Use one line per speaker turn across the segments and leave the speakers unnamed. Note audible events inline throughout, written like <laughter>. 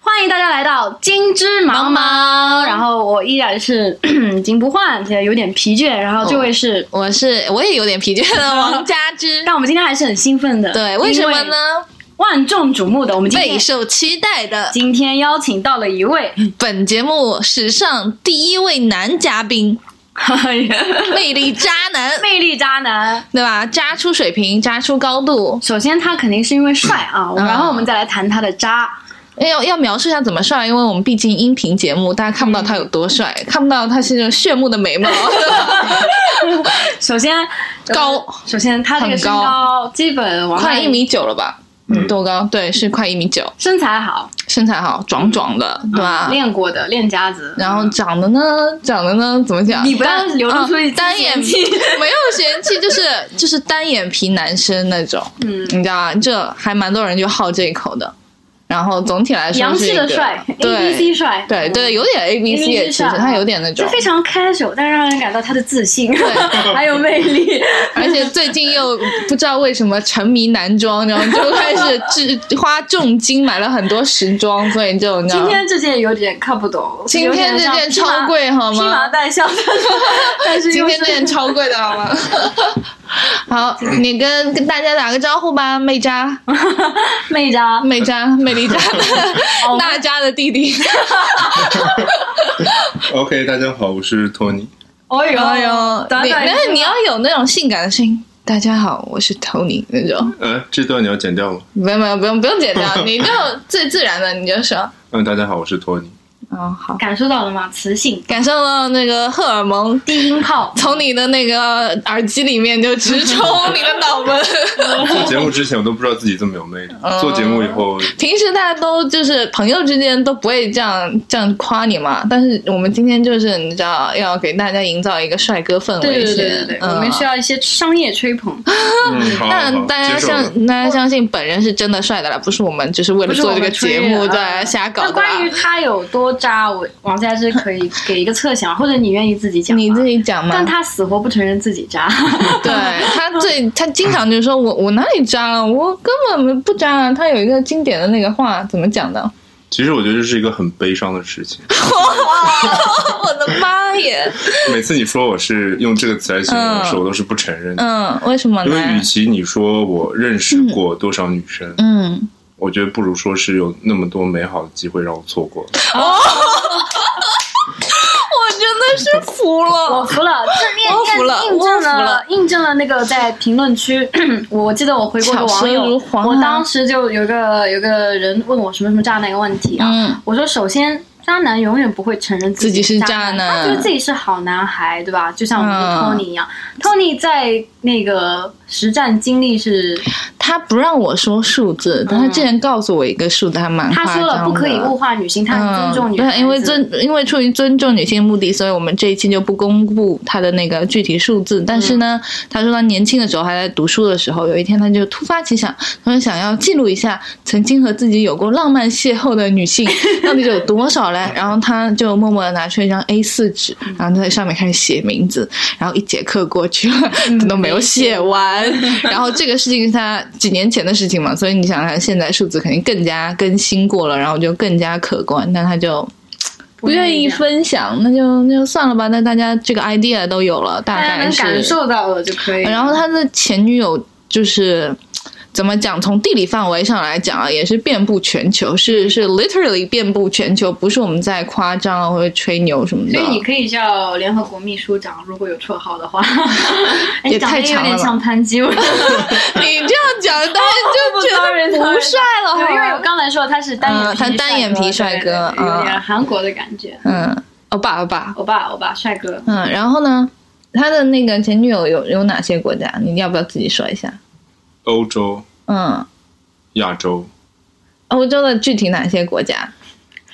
欢迎大家来到金枝茫茫。
茫
然后我依然是 <clears throat> 金不换，也有点疲倦。然后这位是，
我是我也有点疲倦了，王佳 <laughs> 芝。
但我们今天还是很兴奋的。
对，为什么？呢？
万众瞩目的，我们今
备
天
受期待的
今天邀请到了一
<laughs>
位，
本节目史上第一位男嘉 <laughs> 宾，魅力渣男，
魅力渣男。
对吧？渣出水平，渣出高度。
首先，他肯定是因为帅啊，
嗯
然后我们再来谈他的渣。
<laughs> 要要描述一下怎么帅，因为我们毕竟音频节目，大家看不到他有多帅，看不到他是那种炫目的美 <laughs> 貌。
首先呃
高，
首先他这个身
很
高基本往
快一，米九了吧？嗯，多高？对，是快一米九，
身材好，嗯
身材好，壮壮的，对吧？
练过的练家子，
然后长得呢，长得呢，怎么讲？
你不要流露出一
嗯
丝
单眼
嫌弃
<laughs> 没有嫌弃，就是就是单眼皮男生那种，
嗯
你知道吧？这还蛮多人就好这一口的。然后总体来
<laughs>
说
洋
是
气
一
的
个
帅，A
对
B C 帅，嗯
对对，有点 A B C 也其实
帅
他有点那
<laughs>
种
就，非常 casual，但是让人感到他的自信， <laughs> 还有魅力。
而且最近又不知道为什么沉迷男装，然后就开始制花重金买了很多时装，所以就你知道
今。天这件有点看不懂，
今天这件超贵好
有点像披麻，披麻
吗？
戴孝
<laughs>
的，但是
今
又
天
是
这件超贵的好吗？ <laughs> 好，你跟跟大家打个招呼吧，妹 <laughs> 渣，
妹渣，
妹渣，魅 <laughs> 力渣，大家的弟弟。
OK，大家好，我是托尼。
哦呦
哎呦，
短短
你
一
但
句
是你要有那种性感的声音。大家好，我是 Tony 那种，
呃，这段你要剪掉吗？
没有没有，不用不用剪 <laughs> 掉，你就最自然的你就说，
嗯，大家好，我是托尼。
嗯好，
感受到了吗？磁性
感受到那个荷尔蒙
低音炮，
从你的那个耳机里面就直冲你的脑 <laughs> 门。
做节目之前我都不知道自己这么有魅力，
哦
做节目以后，
平时大家都就是朋友之间都不会这样这样夸你嘛，但是我们今天就是你知道要给大家营造一个帅哥氛
对
围
对
先，嗯
对对对，我们需
要。
要一些商业吹捧，
<laughs>
嗯，好，好
但
好
大家
接受了。
相大家相信本人是真的帅的啦，不是我们就是为了
不是我
做这个
们吹
节
捧
目
啊
在瞎搞
那
的啦。啊
关于他有多渣，我王佳芝可以给一个测想，或者你愿意自己讲吗，
你自己讲嘛
但。他死活不承认自己渣，
对他最他经常就说我我哪里渣了，我根本没不渣啊。他有一个经典的那个话怎么
<laughs>
讲的？
其实我觉得这是一个很悲伤的事情。
哦
我的妈耶！
每次你说我是用这个词来形容的时候，我都是不承认的，
嗯，为什么
因为
呢
与？其你说我认识过多少女生，
嗯，
我觉得不如说是有那么多美好的机会让我错过了。
我真的是
<laughs>
服
我
了。
服了，正面
哦我服了
印证
我服
了
了
印证了那个在评论区， <clears throat> 我记得我回过个网
巧舌如
友，
簧啊
我当时就有个有个人问我什么什么渣男一个问题啊，
嗯
我说首先。渣男永远不会承认
自
己
己是
渣
渣男
他觉得自己是好男孩，对吧？就像我们的
嗯
Tony 一样、t o n y 在那个实战经历是，
他不让我说数字，但他之前告诉我一个数字，还蛮
嗯他
夸
说
张
了
的。
不可以物化女性，他很尊重女
嗯
孩
对
子、
因为尊，因为出于尊重女性的目的，所以我们这一期就不公布他的那个具体数字。但是
嗯
呢，他说他年轻的时候还在读书的时候，有一天他就突发奇想，他说想要记录一下曾经和自己有过浪漫邂逅的
<laughs>
女性到底有多少嘞。然后他就默默的拿出一张 A 四纸，然后在上面开始写名字。然后一节课过去了，他嗯都没有写 <laughs> 完。然后这个事情是他几年前的事情嘛，所以你想想，现在数字肯定更加更新过了，然后就更加可观。但他就不愿意分享，那就那就算了吧。那大家这个 idea 都有了，大
大家
概
能
是。
感受到了就可以。
嗯然后他的前女友就是。怎么讲？从地理范围上来讲啊，也是遍布全球，是是 literally 遍布全球，不是我们在夸张啊或者吹牛什么的。啊
所以你可以叫联合国秘书长，如果有绰号的
<laughs>
话。哎
也
长得
太
有
长了
点
吧
像潘基
<laughs>
文，哦
你这样讲，大家就觉得不帅了， <laughs> 好
因为我
吗？
刚才说他是单眼皮
嗯他单眼皮帅哥
对对对有点
嗯
韩国的感觉。
嗯，欧巴欧巴，
欧巴，欧巴，帅哥，
嗯，然后呢，他的那个前女友有有哪些国家？你要不要自己说一下？
欧洲、
嗯，
亚洲，
欧洲的具体哪些国家？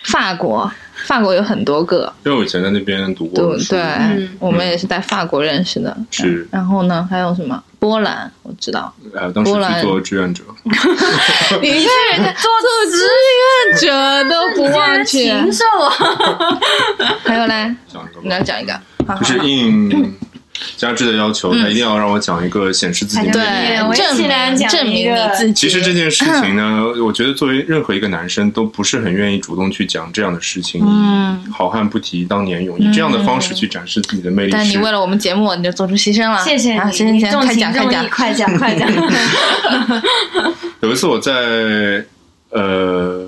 法国，法国有很多个，
因为我以前在那边读
对
过
不
书
对，
嗯
我们也是在法国认识的。
是
然后呢，还有什么？波兰，我知道。
呃，当时
波兰
去做志愿者，
你看人家做志愿者都不忘去，
禽兽啊！
还有嘞，
讲一个吧
<laughs> 你来讲一个。好好
就是
好
应加制的要求，
嗯
他一定要让我讲一个显示自己
哎
魅力
对
的故事
我也
证
尽量
明
讲
证
一
明你
个
自己。
其实这件事情
<laughs>
呢，我觉得作为任何一个男生都不是很愿意主动去讲这样的事情。
嗯，
好汉不提当年勇，以这样的方式去展示自己的魅力
但你
是
为了我们节目，你就做出牺牲
<laughs>
了。
谢谢
啊，
你，
行行
你
行，
重
开
情
讲开
重
讲
义，。快
<laughs>
讲快讲。 <laughs>
有一次我在呃，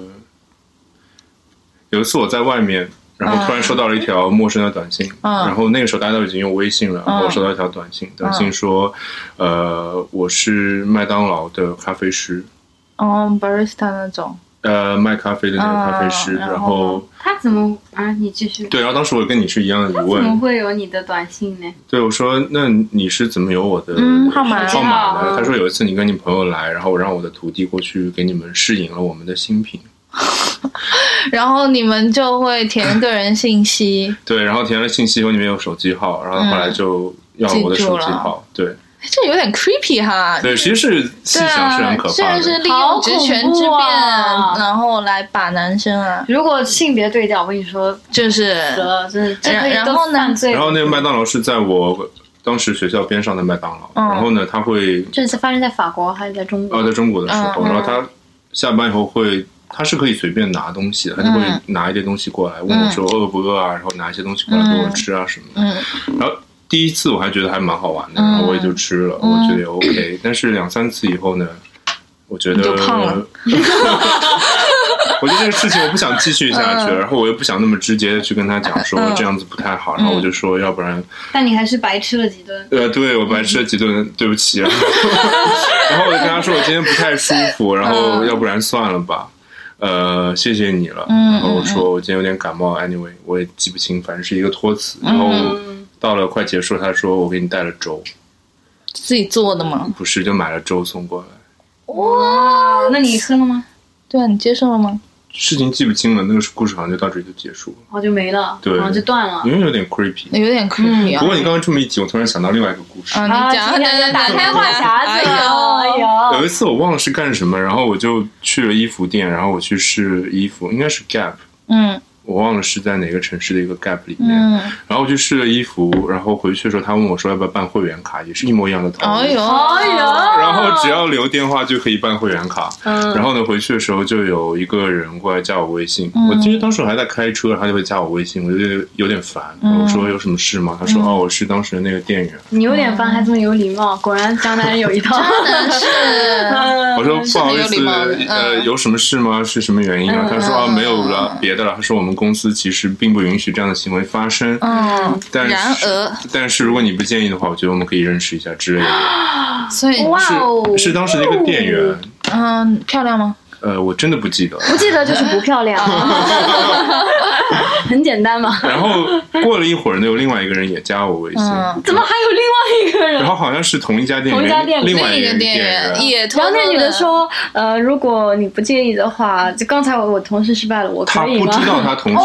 有一次我在外面，然后突然收到了一条陌生的短信，
嗯
然后那个时候大家都已经用微信了，然后我收到一条短信，
嗯
短信说，呃，我是麦当劳的咖啡师，
哦，barista 那种。
呃，卖咖啡的那个咖啡师，
嗯然后
然后
他怎么啊？你继续。
对，然后当时我跟你是一样的疑
怎么
嗯
问，
会有你的短信呢？
对我说，那你是怎么有我的
嗯号码
号码
嗯
呢？他说有一次你跟你朋友来，然后我让我的徒弟过去给你们试饮了我们的新品。
然后你们就会
<clears throat>
填个人信息。
对，然后填了信息以后，里面有手机号，然后后
嗯
来就要我的手机号。对
哎这有点 creepy 哈。
对，其实是细
对
想是
啊
很可，
这
怕的。
是利用职权之
好恐怖
便，
啊
然后来把男生啊，
如果性别对调，我跟你说，
就是
死了，真的，这
嗯然
可以
然
都
后呢
犯罪。
然后那个麦当劳是在我当时学校边上的麦当劳，
嗯
然后呢，他会
这次发生在法国还是在中
呃
国？
在中国的时候，
嗯嗯
然后他下班以后会。他是可以随便拿东西的，他就会
嗯
拿一些东西过来，问我说饿不饿啊，然后拿一些东西过来给我吃啊什么的。
嗯
然后第一次我还觉得还蛮好玩的，
嗯
然后我也就吃了，我觉得也 OK。但是两三次以后呢，我觉得
你就胖了
<laughs> 我觉得这个事情我不想继续下去了，然后我又不想那么直接的去跟他讲说
嗯
这样子不太好，然后我就说要不然
但你还是白吃了几顿。
呃，对我白吃了几顿，对不起。然后 <laughs> 然后我就跟他说我今天不太舒服，然后要不然算了吧。呃，谢谢你了。
嗯
然后我说我今天有点感冒，anyway，我也记不清，反正是一个托词。然后
嗯
到了快结束，他说我给你带了粥，
自己做的嘛。
不是就买了粥送过来。
哇，那你喝了吗？
对啊，你接受了吗？
事情记不清了，那个故事好像就到这里就结束了，
哦我就没了，
对嗯
然后就断了。
因为有点 creepy。
有点 creepy 啊
不。过你刚刚这么一提，我突然想到另外一个故事。
啊，
嗯啊
你讲，
今天
对对对
打开话匣子了，
哎
哎
呦，
有
呦，
一次我忘了是干什么，然后我就去了衣服店，然后我去试衣服，应该是 Gap，
嗯
我忘了是在哪个城市的一个 Gap 里面。
嗯，
然后我去试了衣服，然后回去的时候，他问我说要不要办会员卡，也是一模一样的套
哎
路。
呦，
哎呦，
然后只要留电话就可以办会员卡。
嗯
嗯
然后呢，回去的时候就有一个人过来加我微信，
嗯
我其实当时我还在开车，他就会加我微信，我就有点有点烦。
嗯
我说有什么事吗？他说哦，我是当时的那个店员。
你有点烦，还这么有礼貌，果然江南人有一套。 <laughs>
真的是，
我说不好意
是很有礼
思
貌嗯的，
呃，
嗯
有什么事吗？是什么原因啊？他说啊，没有了，别的了。他说我们公司其实并不允许这样的行为发生，
嗯，
但是
然而，
但是如果你不介意的话，我觉得我们可以认识一下之类的。
所以，
哇哦，
是是当时的一个店员，
嗯，漂亮吗？
呃，我真的不记得了。
不记得就是不漂亮， <laughs> 很简单嘛。
然后过了一会儿呢，有另外一个人也加我微信，
嗯
怎么还有另外一个人
然？后好像是同一家店里
同一家店
面
里
另外
另一个
个
店员
员。
也偷
然
偷
后
地，
那女的说：“呃，如果你不介意的话，就刚才我我同事失败了，我
他
可以
不
吗
知道他同事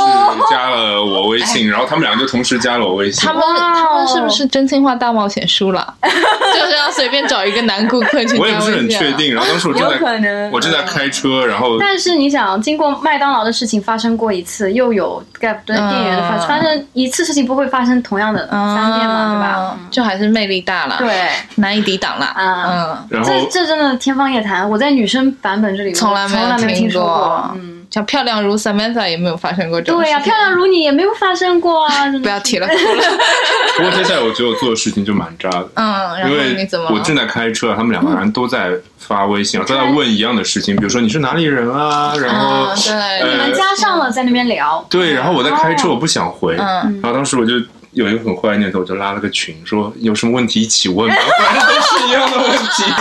加了我微信，然后他们俩就同时加了我微信
他。们
哇哦
他们是不是真心话大冒险输了？就是要随便找一个男顾客去加微信啊。
我也不是很确定。然后当时我正
有可
在
能
我正在开车，然后？”
但是你想，经过麦当劳的事情发生过一次，又有 Gap 的店员发
嗯
发生一次事情，不会发生同样的
嗯，
三遍嘛，对吧？
就还是魅力大了，，
对，
难以抵挡了。
啊
嗯，
然
这
后
这真的天方夜谭。我在女生版本这里我
从
从
来没有
没有
听
听说
过
嗯，
像漂亮如 Samantha 也没有发生过这种事
对
情。
呀，漂亮如你也没有发生过
<laughs>
啊。真的
不要提了。
不过接下来我觉得我做的事情就蛮渣的。
嗯，然
因
后
为
你怎么
我
了？
正在开车，他们两个人都在发微信，都在问一样的事情，比如说你是哪里人啊，然后
啊，
你
对
们，加上了在那边聊，
对，然后我在开车，
哦
我不想回，
嗯，
然后当时我就有一个很坏的念头，我就拉了个群，说有什么问题一起问吧，反正都是一样的
<laughs>
问题。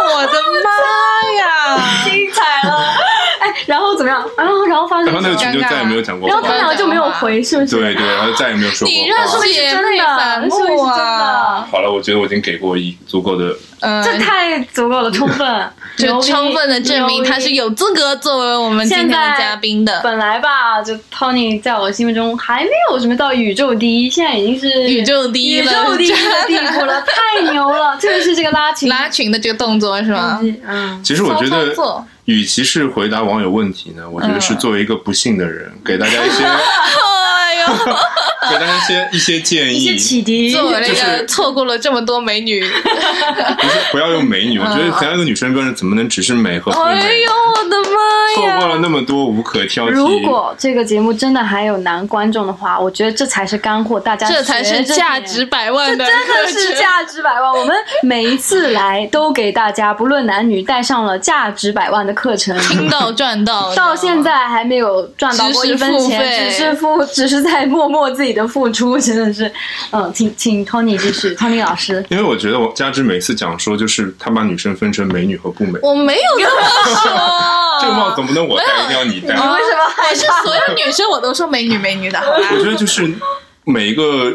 我的妈呀！
精彩了。 <laughs> 哎，然后怎么样？然后然后发生
然后
什
那个
么？
群就再也没有讲过
然后
话
他，俩就没有回，是不是？
对对，然后再也没有说
你
过
认
话
识。
是
也
真
被反
的，是
目
不是真
啊
的？
好了，我觉得我已经给过一足够的，
嗯，
这太足够了，充
<laughs>
分，
就
牛逼
充分的证明他是。
牛逼
有资格作为我们今天的嘉宾的
本来吧，就 Tony 在我心目中还没有什么到宇宙第一，现在已经是
宇宙第一
宇
了，
宙第一的地步
<laughs>
了，太牛了！特别是这个拉群，
拉群的这个动作是吗？
嗯，
其实我觉
骚操
得
作，
与其是回答
嗯 <laughs>
网友问题呢，我觉得是作为一个不幸的人，给大家一些。
<laughs>
哎呦，
给大家一些一些建
一些
议，
启迪，
作为那
就
个
是
错过了这么多
<laughs>
美女，
不是不要用美女，我觉得咱一个女生标准怎么能只是美和不
嗯哎
美
呦？我的
错
妈呀！
过了那么多无可挑剔，
如果这个节目真的还有男观众的话，我觉得这才是干货，大家
这才是
学着
价
点
值。百万的
真的
课
是
程
价值百万！我们每一次来都给大家，不论男女，带上了价值百万的课程，
听到赚
<laughs>
到，
到现在还没有赚到过一分钱，
知
只
识
是付，只是在默默自己的付出，真的是，嗯，请请 Tony 继续，Tony <laughs> 老师，
因为我觉得我加之每次讲说，就是他把女生分成美女和不美，
我没有这么说，
这个帽子总不能我戴，一定要你戴。
嗯
你为什么害
我是所有女生我都说美女美女的，好吧？
<laughs> 我觉得就是每一个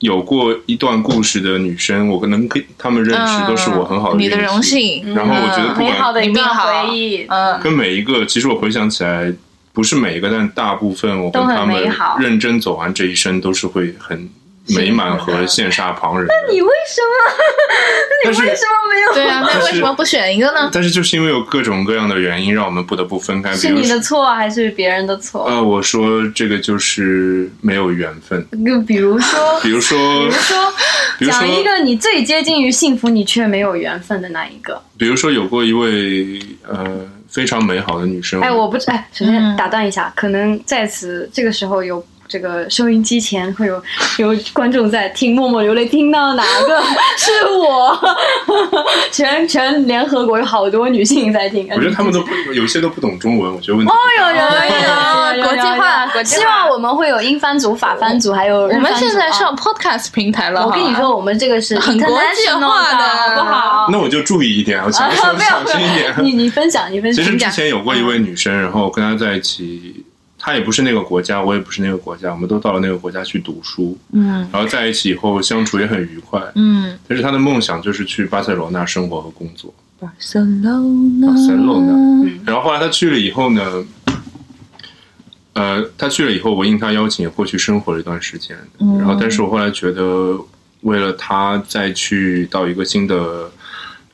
有过一段故事的女生，我可能跟她们认识嗯都是我很好
嗯
的
你的
运气
荣。幸，
然后我觉得不
美嗯好
管
的一段
你命好
回忆，
嗯，
跟每一个，其实我回想起来，不是每一个，但大部分我跟
都很
她
美
们
好
认真走完这一生，都是会很美满和羡煞旁人的。
你为什么？你
但
为
是
什么没有？
对啊，
但
那
是
为什么不选一个呢？
但是就是因为有各种各样的原因，让我们不得不分开。比
是
如
你
说
的，错还是别人的错？
呃，我说这个就是没有缘
<laughs>
分。
就比如说，
比如说，
比如说，
比如说
讲一个你最接近于幸福，你却没有缘分的那一个。
比如说有过一位呃非常美好的女生，
哎，我不知哎，首
嗯
先打断一下，可能在此这个时候有。这个收音机前会有 <laughs> 有观众在听，默默流泪，听到哪个是我？ <laughs> 全全联合国有好多女性在听，
我觉得他们都不有些都不懂中文，我觉得问题。
有有
哎
有
呀
有有有有
国际化国际化
希望我们会有英翻组、法翻组，还有日
我们
翻组
现在
啊
上 podcast 平台了，
我跟你
好吧，
说，我们这个是
很国际化的
international 好不好？
那我就注意一 <laughs> 点，我想
啊，
说
<laughs> 没有
小心一点。
你你分享，你
<laughs>
分
其
享。
实之前有过一位女
嗯
生，然后跟她在一起，她也不是那个国家，我也不是那个国家，我们都到了那个国家去读书，
嗯
然后在一起以后相处也很愉快。
嗯，
但是她的梦想就是去巴塞罗那生活和工作。
巴塞罗
Barcelona
那，
嗯
然后后来她去了以后呢，呃，她去了以后，我应她邀请也过去生活了一段时间。
嗯
然后，但是我后来觉得，为了她再去到一个新的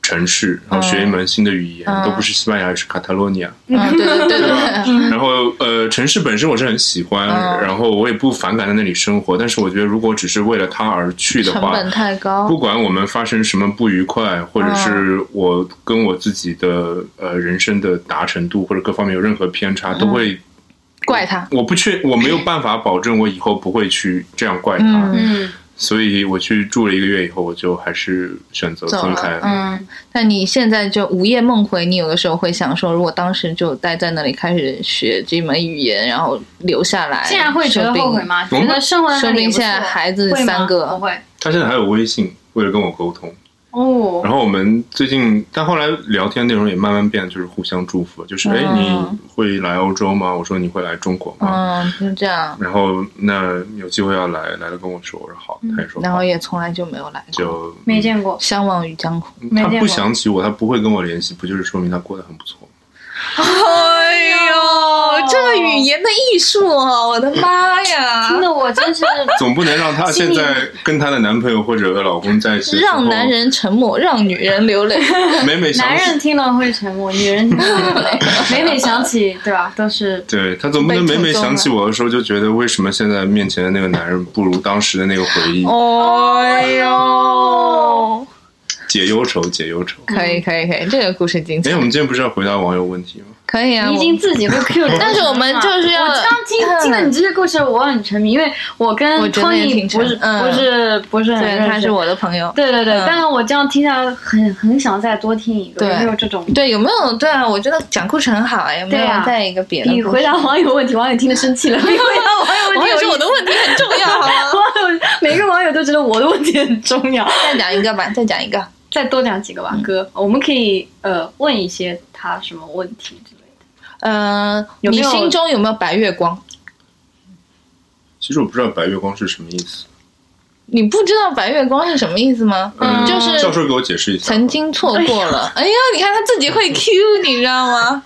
城市，然后学一门新的语言，
嗯
都不是西班牙语，是卡塔罗尼亚。
嗯，对对对
<laughs>
对，
然后呃，城市本身我是很喜欢，
嗯
然后我也不反感在那里生活，但是我觉得如果只是为了她而去的
成
话，
本嗯太高
不，管我们发生什么不愉快，或者是我跟我自己的呃人生的达成度或者各方面有任何偏差，
嗯
都会
怪他，
我不确我没有办法保证我以后不会去这样怪他，
嗯。
嗯，
所以我去住了一个月以后，我就还是选择
走
分
了
开，。
嗯，但你现在就午夜梦回，你有的时候会想说，如果当时就待在那里开始学这门语言，然后留下来，
竟然会觉得后悔吗？觉得生活在
说
那
不
里也
定
不错
现在孩子
会吗
三个
不会
他现在还有微信，为了跟我沟通。
哦
然。后我们最近，但后来聊天内容也慢慢变，就是互相祝福，就是哎，
嗯
你会来欧洲吗？我说你会来中国吗？
嗯，就这样，
然后那有机会要来，来了跟我说，我说好，他也
嗯
说
然
好
后也从来就没有来过，
就
没见过，
相忘于江湖。
没
他
见
不
过
想起我，他不会跟我联系，不就是说明他过得很不错吗？
哎呦， <laughs> 这个语言的艺术哦，我的妈
<laughs>
呀！
听得我真
<laughs>
是
总不能让她现在跟她的男朋友或者老公在一起的时候，
让男人沉默，让女人
<laughs>
流泪。
每每想
男人
起，
听了会沉默，女人听了会累
<laughs>
每每想起，对吧？都是
对他总不能
被
每每
诅咒
想起我的时候就觉得为什么现在面前的那个男人不如当时的那个回忆，
哎呦，
解忧愁，解忧愁。
<laughs> 可以可以可以，这个故事精彩
哎，我，们今天不是要回答网友问题吗？
可以啊，
你已
我
经自己会
<laughs>
Q 了，
但是我们就是要嗯
我刚听听了你这些故事，我很沉迷，因为我跟
我觉得也挺
Tony
沉
不是
嗯
不是不是很
对，
认识
他是我的朋友。
对对对
嗯，
但是我这样听下来，很很想再多听一个，
对
有没有这种？
对，有没有？对啊，我觉得讲故事很好啊，有没
对
有
啊
再一个别的故
你
事？ <laughs> 哦
回答网友问题，网友听得生气了。你回答网友问
我
题
也
有意
是
思，
我的问题很重要，
<laughs>
好吗？
网友每个网友都觉得我的问题很重要。
再讲一个吧，再讲一个。
再多讲几个
嗯
吧，哥，我们可以呃问一些他什么问题之类的。
呃，
有没
你
有
心中有没有白月光？
其实我不知道白月光是什么意思，
你不知道白月光是什么意思吗？
嗯
就是
教授给我解释一下吧。
曾经错过了。哎呀，你看他自己会 Q，你知道吗？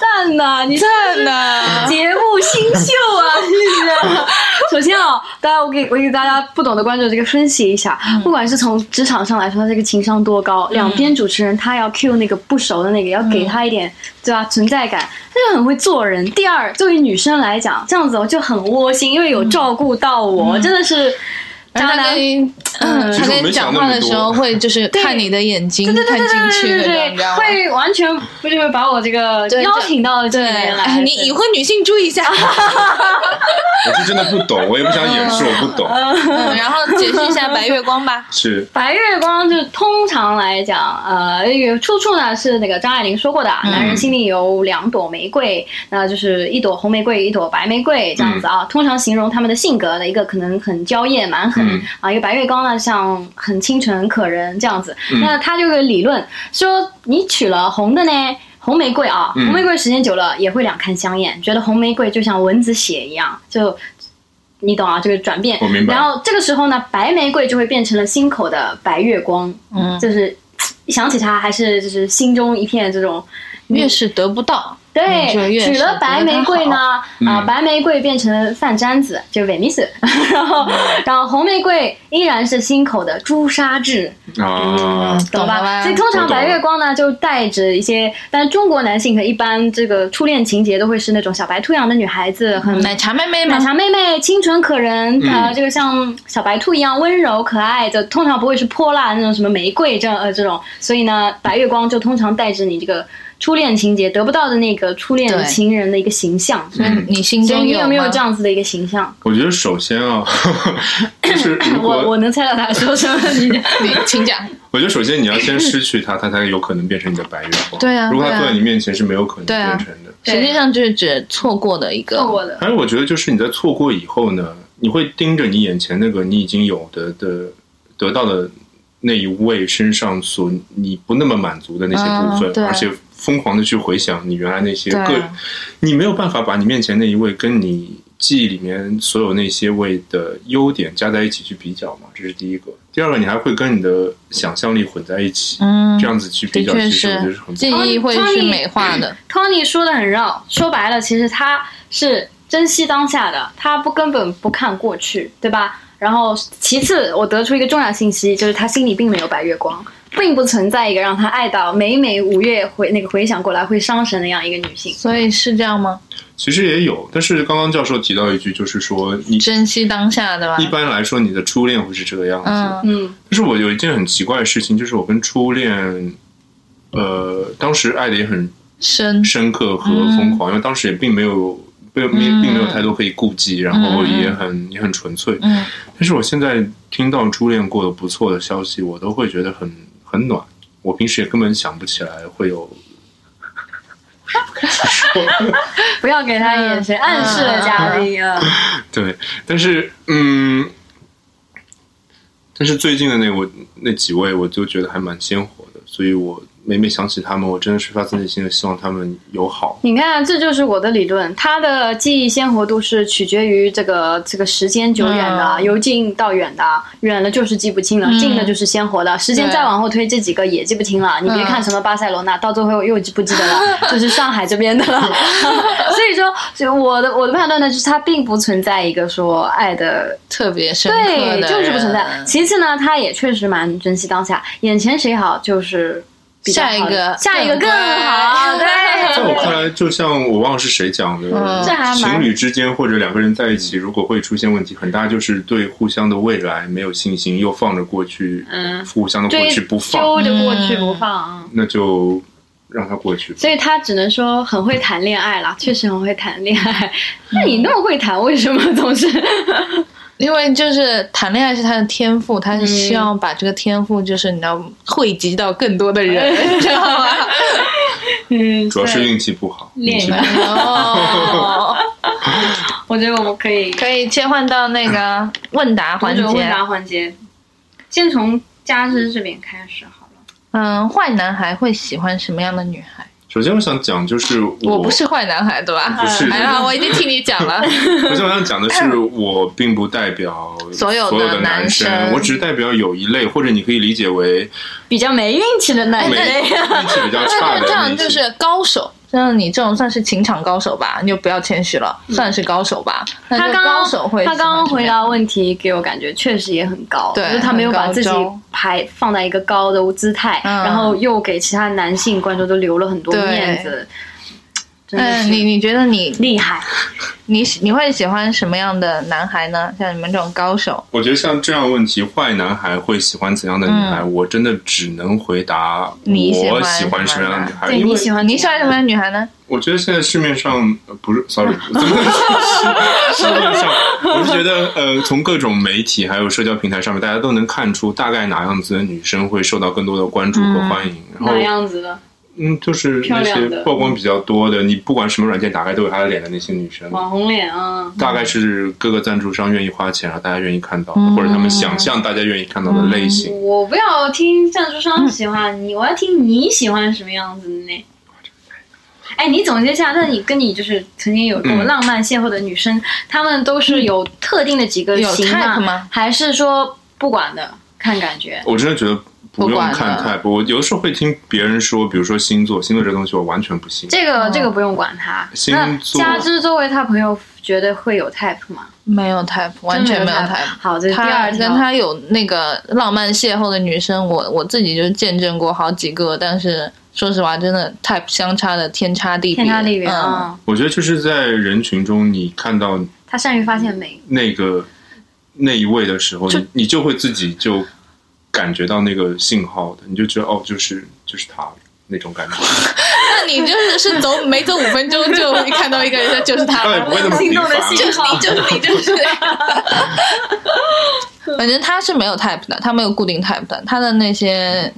赞呐，你
赞呐！啊
节目新秀啊，是不是？ <laughs> 首先啊、大家我给我给大家不懂的观众这个分析一下，
嗯
不管是从职场上来说，他这个情商多高，两边主持人他要 cue 那个不熟的那个，要给
嗯
他一点对吧存在感，他就很会做人。第二，作为女生来讲，这样子我哦就很窝心，因为
嗯
有照顾到我，真的是渣
他
男。
跟
其
他
实我
跟你
没
讲
想那
话
么多
的时候会就是
对
看你的眼睛，
对对对
看
对
进
对
去
对
的
对
那种，你知
对，
道吗？
会完全不就会把我这个
对
邀请到这里
对，
面来。
哎，你已婚女性注意一下。
我是真的不懂，我也不想掩
<laughs>
饰，我不懂。
<laughs> 嗯，然后解释一下白月光 <laughs> 吧。
是
白月光就通常来讲，呃，有出处呢是那个张爱玲说过的，
嗯
男人心里有两朵玫瑰，那就是一朵红玫瑰，一朵白玫瑰这样子
嗯
啊。通常形容他们的性格的一个可能很娇艳蛮横、
嗯
啊，一个白月光呢像很清纯可人这样子。
嗯
那他就有个理论说，你娶了红的呢。红玫瑰啊，
嗯
红玫瑰时间久了也会两看相厌，觉得红玫瑰就像蚊子血一样，就你懂啊，这个转变。
我明白
然后这个时候呢，白玫瑰就会变成了心口的白月光，
嗯，
就是嘖一想起它，还是就是心中一片这种。
越是得不到，
对，
就越是
娶了白玫瑰呢，啊、
得它好嗯
白玫瑰变成了饭粘子，就伪米斯， <laughs> 然后，然后红玫瑰依然是心口的朱砂痣，
啊，
懂
嗯懂了吧
所以通常
我懂了
白月光呢，就带着一些，但中国男性可能一般这个初恋情节都会是那种小白兔样的女孩子，很
奶茶妹妹嘛
奶，茶妹妹清纯可人，
嗯
呃，这个像小白兔一样温柔可爱的，通常不会是泼辣那种什么玫瑰这样呃这种，所以呢，白月光就通常带着你这个初恋情节得不到的那个初恋
对
情人的一个形象。
嗯，
你心
所以
中
你有没有
吗
这？样子的一个形象？
我觉得首先啊，
<coughs>
就是如果
我我能猜到他说什么，你
你请讲。
我觉得首先你要先失去它，它才有可能变成你的白月光。
对啊
如果它
对啊
坐在你面前是没有可
<laughs>
能
对啊
变成的。
对
实际上就是指错过的一个，
错过的。
但是我觉得就是你在错过以后呢，你会盯着你眼前那个你已经有的的得到的那一位身上所你不那么满足的那些部
嗯
分，
对
而且疯狂的去回想你原来那些
对啊
个，你没有办法把你面前那一位跟你。记忆里面所有那些位的优点加在一起去比较嘛，这是第一个。第二个，你还会跟你的想象力混在一起，
嗯
这，样子去比
的
较，
确
其实我觉得
是
是很不
记
好的
忆会
哦
是
，Tony，
美化的，
Tony 说的很绕，说白了，其实他是珍惜当下的，他不根本不看过去，对吧？然后其次，我得出一个重要信息，就是他心里并没有白月光，并不存在一个让他爱到每每五月回那个回想过来会伤神的那样一个女性。
所以是这样吗？
其实也有，但是刚刚教授提到一句，就是说你
珍惜当下的吧
一，般来说你的初恋会是这个样子。
嗯
嗯
但是我有一件很奇怪的事情，就是我跟初恋，呃，当时爱的也很
深，
深刻和
嗯
疯狂，因为当时也并没有。并并
嗯
并没有太多可以顾忌，然后也很也很纯粹。
嗯，
但是我现在听到初恋过得不错的消息，我都会觉得很很暖。我平时也根本想不起来会
<laughs>
有
不要给他眼神、暗示了嘉宾啊。
对，但是嗯，但是最近的那我那几位，我就觉得还蛮鲜活的，所以我每每想起他们，我真的是发自内心的希望他们友好。
你看，这就是我的理论，他的记忆鲜活度是取决于这个这个时间久远的，
嗯
由近到远的，远了就是记不清了，
嗯
近了就是鲜活的。时间
对
再往后推，这几个也记不清了。你别
嗯
看什么巴塞罗那，到最后又记不记得
<laughs>
了，就是上海这边的了。 <laughs> 所以说，就我的我的判断呢，就是它并不存在一个说爱的
特别深刻的
对，
人，
就是不存在。其次呢，他也确实蛮珍惜当下，眼前谁好就是比较好的
下
下
一个
一个更
更
好，
乖 <laughs>
在我看
对。
来，就像我忘了是谁讲的
嗯，
这还蛮
情侣之间或者两个人在一起，如果会出现问题，很大就是对互相的未来没有信心，又放着过去，
嗯
互相的过
追
去不放，
揪着过去不放，嗯
那就让它过去吧。
所以他只能说很会谈恋爱啦，确实很会谈恋爱。那你那么会谈，为什么总是？
因为就是谈恋爱是他的天赋，他是希望把这个天赋，就是你知道汇集到更多的人， <laughs> 你知道吗？
嗯，
主要是
对
运气不好，运
恋
气不
爱
好。
哦，
我觉得我们可以
可以切换到那个问答环
读者问
节。
答环节，先从加之这边开始好了。
嗯，坏男孩会喜欢什么样的女孩？
首先，我想讲就是
我不是坏男孩，对吧？
不是
哎呀，我已经听你讲了。
我想想讲的是，我并不代表
嗯所有的
所有的
男
生，
生
我只是代表有一类，或者你可以理解为
比较没运气的那一
没
类，
运气比较
那
<laughs> 差
哎这
的
<laughs> 样
那
就
些。
是高手，像你这种算是情场高手吧，你就不要谦虚了，
嗯
算是高手吧。那
他
就
刚
高手会
他刚刚
喜欢
回
这样
答问题给我感觉确实也很高，
对
就是他没有把
很高
自己
招
排放在一个高的姿态，
嗯
然后又给其他男性观众都留了很多
对
面子，真的
嗯，
是
你你觉得你
厉害。
你喜你会喜欢什么样的男孩呢？像你们这种高手，
我觉得像这样的问题，坏男孩会喜欢怎样的女孩？我真的只能回答
嗯你喜
我
欢
喜欢什么样的女孩，
对
因为
你喜欢
你喜欢什么样的女孩呢？
我觉得现在市面上呃不是，sorry，
<laughs>
怎么市面上？我是觉得呃，从各种媒体还有社交平台上面，大家都能看出大概哪样子的女生会受到更多的关注
嗯
和欢迎。然后
哪样子的？
嗯，就是
漂
那
亮
些
的
曝
嗯
光比较多的，你不管什么软件打开都有她的脸的那些女生，
哦
网红脸啊，
大概是各个赞助商愿意花钱啊让大家愿意看到的，
嗯
或者他们想象大家愿意看到的类型。
我不要听赞助商喜欢
嗯
你，我要听你喜欢什么样子的呢？哎，你总结一下，那你跟你就是曾经有过
嗯
浪漫邂逅的女生，她们都是有特定的几个
嗯有
型啊
type 吗
还是说不管的，看感觉？
我真的觉得不
不
用
管
看
了
type，我有时候会听别人说，比如说星座，星座这东西我完全不信。
这
哦
个、这个不用管他。
星
那
座
加之周围他朋友觉得会有 type 吗？
没有 type，完全没有 type。
好，这是第
他
二
跟
条。
他有那个浪漫邂逅的女生，我我自己就见证过好几个，但是说实话，真的 type 相差的天差地别，
天差地别
嗯，
啊！
我觉得就是在人群中，你看到
他善于发现美，
那个那一位的时候，
就
你你就会自己就感觉到那个信号的，你就觉得哦，就是就是他那种感觉。
那你就是是走每走五分钟就会看到一个人，那就是他
当
哎
然
了
不。会那么
心
频
动的
繁
信
了。
号。
就是你就是，
<laughs>
反正他是没有 type 的，他没有固定 type 的，他的那些。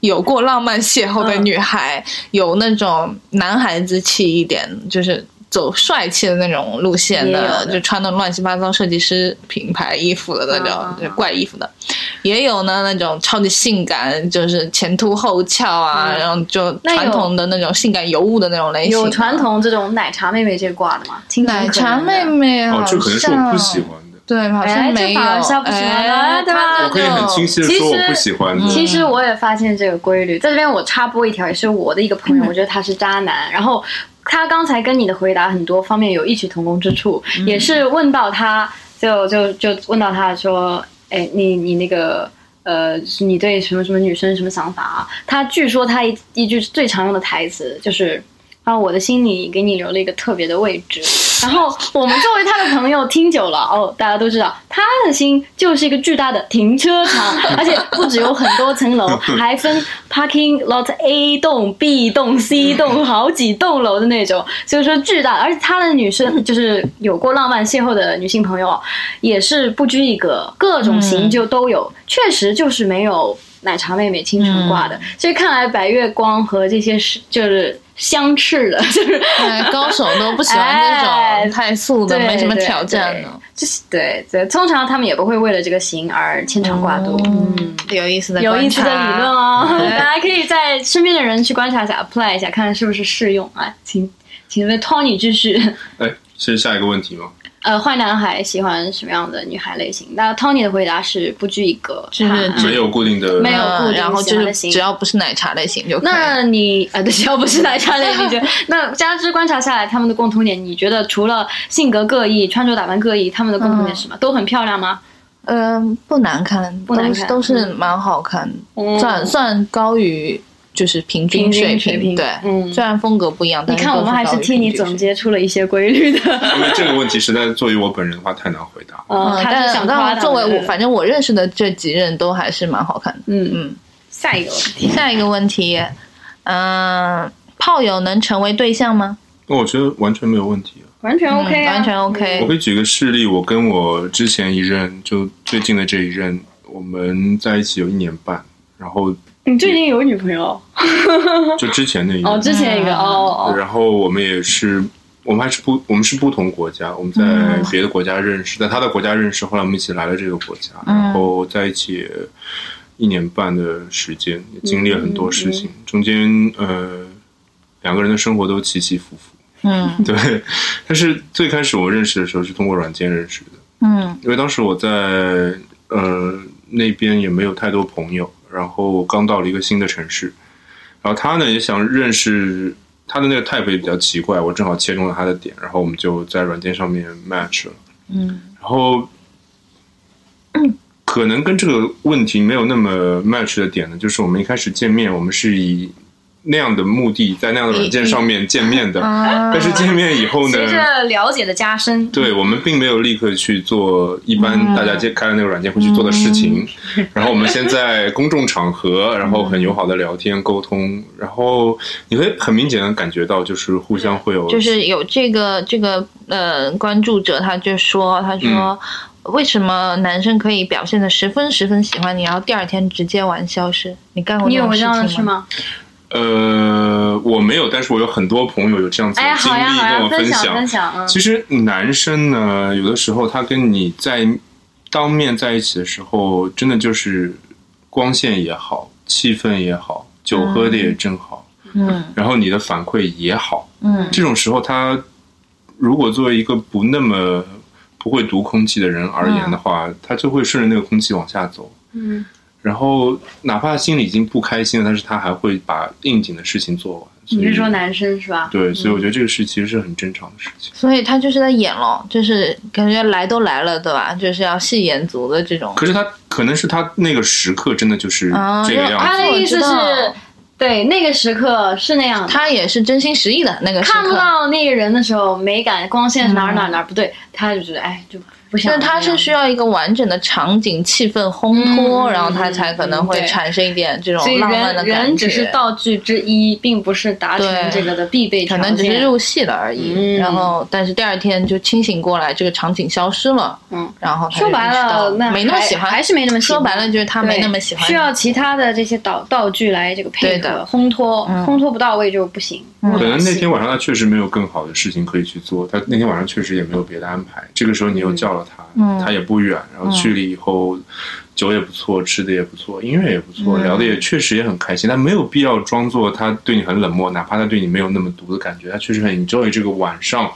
有过浪漫邂逅的女孩，
嗯
有那种男孩子气一点，就是走帅气的那种路线
也
的，
有的
就穿的乱七八糟设计师品牌衣服的那种，
嗯嗯嗯
就怪衣服的，也有呢那种超级性感，就是前凸后翘啊，
嗯
然后就
那有
传统的那种性感尤物的那种类型的，
有传统这种奶茶妹妹这挂的吗？清纯
奶
可人
茶
的
妹妹好
哦
像，，
这可能是我不喜欢的。
对，好
哎
像
这
没有，
反而是他不喜欢的
哎
对吧
他
我可以很清晰的
其实
说我不喜欢的。
其实我也发现这个规律，在这边我插播一条，也是我的一个
<laughs>
朋友，我觉得他是渣男，然后。他刚才跟你的回答很多方面有异曲同工之处，
嗯
也是问到他，就就就问到他说，哎，你你那个呃，你对什么什么女生什么想法啊？他据说他一一句最常用的台词就是，啊，我的心里给你留了一个特别的位置。然后我们作为他的朋友，听久了哦，大家都知道，他的心就是一个巨大的停车场，而且不只有很多层楼，还分 parking lot A 栋、B 栋、C 栋，好几栋楼的那种。所以说巨大，而且他的女生就是有过浪漫邂逅的女性朋友，也是不拘一格，各种型就都有，确实就是没有奶茶妹妹清纯挂的。所以看来白月光和这些是就是相斥的， <laughs> 就是
哎高手都不喜欢
哎
这种太素的，
对
没什么挑战的。
就是对对，通常他们也不会为了这个型而牵肠挂肚。
嗯，有意思的
哦有
观
意思的
察
理论哦， <laughs>
对
大家可以在身边的人去观察一下，apply 一下，看看是不是适用啊。请请问 Tony 继续。
哎，是下一个问题吗？
<laughs> 呃，坏男孩喜欢什么样的女孩类型？那 Tony 的回答是不拘一格，
是
他
嗯
没有固定的，
没有固
嗯，
定
然后
喜
就
欢的
是
型
只要不是奶茶类型就可以。
那你呃，对，只要不是奶茶类，你
<laughs>
觉得那加之观察下来，他们的共同点，你觉得除了性格各异、穿着打扮各异，他们的共同点是什么？都很漂亮吗？
嗯，不难看，
不难看
都是都是蛮好看，
嗯
算算高于就是平均
平均
水
水平
对，
嗯
虽然风格不一样，但
你
是
看，
都
我们还是
高于
替
平
你
均水
总
平。
结出了一些规律的。
<laughs>
<laughs> 因为这个问题实在作为我本人的话太难回答。
嗯，他
但
是想夸
但作为我，
反
反正我认识的这几任都还是蛮好看的。
嗯
嗯，
下一个问题，
下一个问题，嗯、炮友能成为对象吗？
那我觉得完全没有问题啊。
完全 OK
嗯
啊，
完全 OK
我可以举个事例，我跟我之前一任，就最近的这一任，我们在一起有一年半，然后
你最近有女朋友？
就之前那一任，
嗯哦，之前一个，
嗯
哦哦
然后我们也是，我们还是不，我们是不同国家，我们在别的国家认识，在他的国家认识，后来我们一起来了这个国家，然后在一起一年半的时间，也经历了很多事情，中间呃两个人的生活都起起伏伏，
嗯
对。 <laughs> 但是最开始我认识的时候是通过软件认识的，
嗯
因为当时我在呃那边也没有太多朋友，然后刚到了一个新的城市，然后他呢也想认识他的那个 type 也比较奇怪，我正好切中了他的点，然后我们就在软件上面 match 了。
嗯，
然后可能跟这个问题没有那么 match 的点呢，就是我们一开始见面，我们是以那样的目的在那样的软件上面见面的，
啊
<laughs> 但是见面以后呢，
随着了解的加深，
<laughs> 对我们并没有立刻去做一
嗯
般大家接开了那个软件会去做的事情， <laughs> 然后我们先在公众场合，然后很友好的聊天沟通，然后你会很明显的感觉到，就是互相会有
就是有这个这个呃关注者，他就说，他
嗯
说、为什么男生可以表现的十分十分喜欢你，然后第二天直接玩消失？你干过
你
这
有
种
过
事
这样的事
情吗？
吗？
呃，我没有，但是我有很多朋友有这样子
哎
的
呀，
经
好呀
历
好
跟
呀，
我
分
享。
分享，嗯
其实男生呢，有的时候他跟你在当面在一起的时候，真的就是光线也好，气氛也好，酒喝的也正好，
嗯
然后你的反馈也好，
嗯
这种时候他如果作为一个不那么不会读空气的人而言的话，他就会顺着那个空气往下走。
嗯
然后，哪怕心里已经不开心了，但是他还会把应景的事情做完。所以
你是说嗯男生是吧？
对，所以我觉得这个事其实是很正常的事情。
所以他就是在演咯，就是感觉来都来了，对吧？就是要戏演足的这种。
可是他可能是他那个时刻真的就是
哦
啊
这个样
他
子，
的意思
我知
是
道，
对那个时刻是那样的。
他也是真心实意的那个时刻
看不到那个人的时候，美感光线哪儿哪儿哪儿不对，他就觉得哎就不想这样。
嗯但他是需要一个完整的场景、气氛烘托，
嗯
然后他才可能会
对
产生一点这
所
种
以
浪漫的
人
感
人
觉。
只是道具之一，并不是达
对
成这个的必备条
可
件。
能只是入戏了而已，
嗯
然后但是第二天就清醒过来，这个场景消失了，
嗯，
然后他就
说白
意识到
了，那
没那么
还
喜欢，
还是没那么喜
说
欢。
白了就是他没
对
那么喜欢你，
需要其他的这些道道具来这个
对
配
的
合烘托，
嗯
烘托不到位就不行。
嗯
可能那天晚上他确实没有更好的事情可以去做，他那天晚上确实也没有别的安排。这个时候你又叫了他，
嗯
他也不远，然后去了以后，酒也不错，吃的也不错，音乐也不错，
嗯
聊的也确实也很开心。但没有必要装作他对你很冷漠，哪怕他对你没有那么毒的感觉，他确实很 enjoy 这个晚上，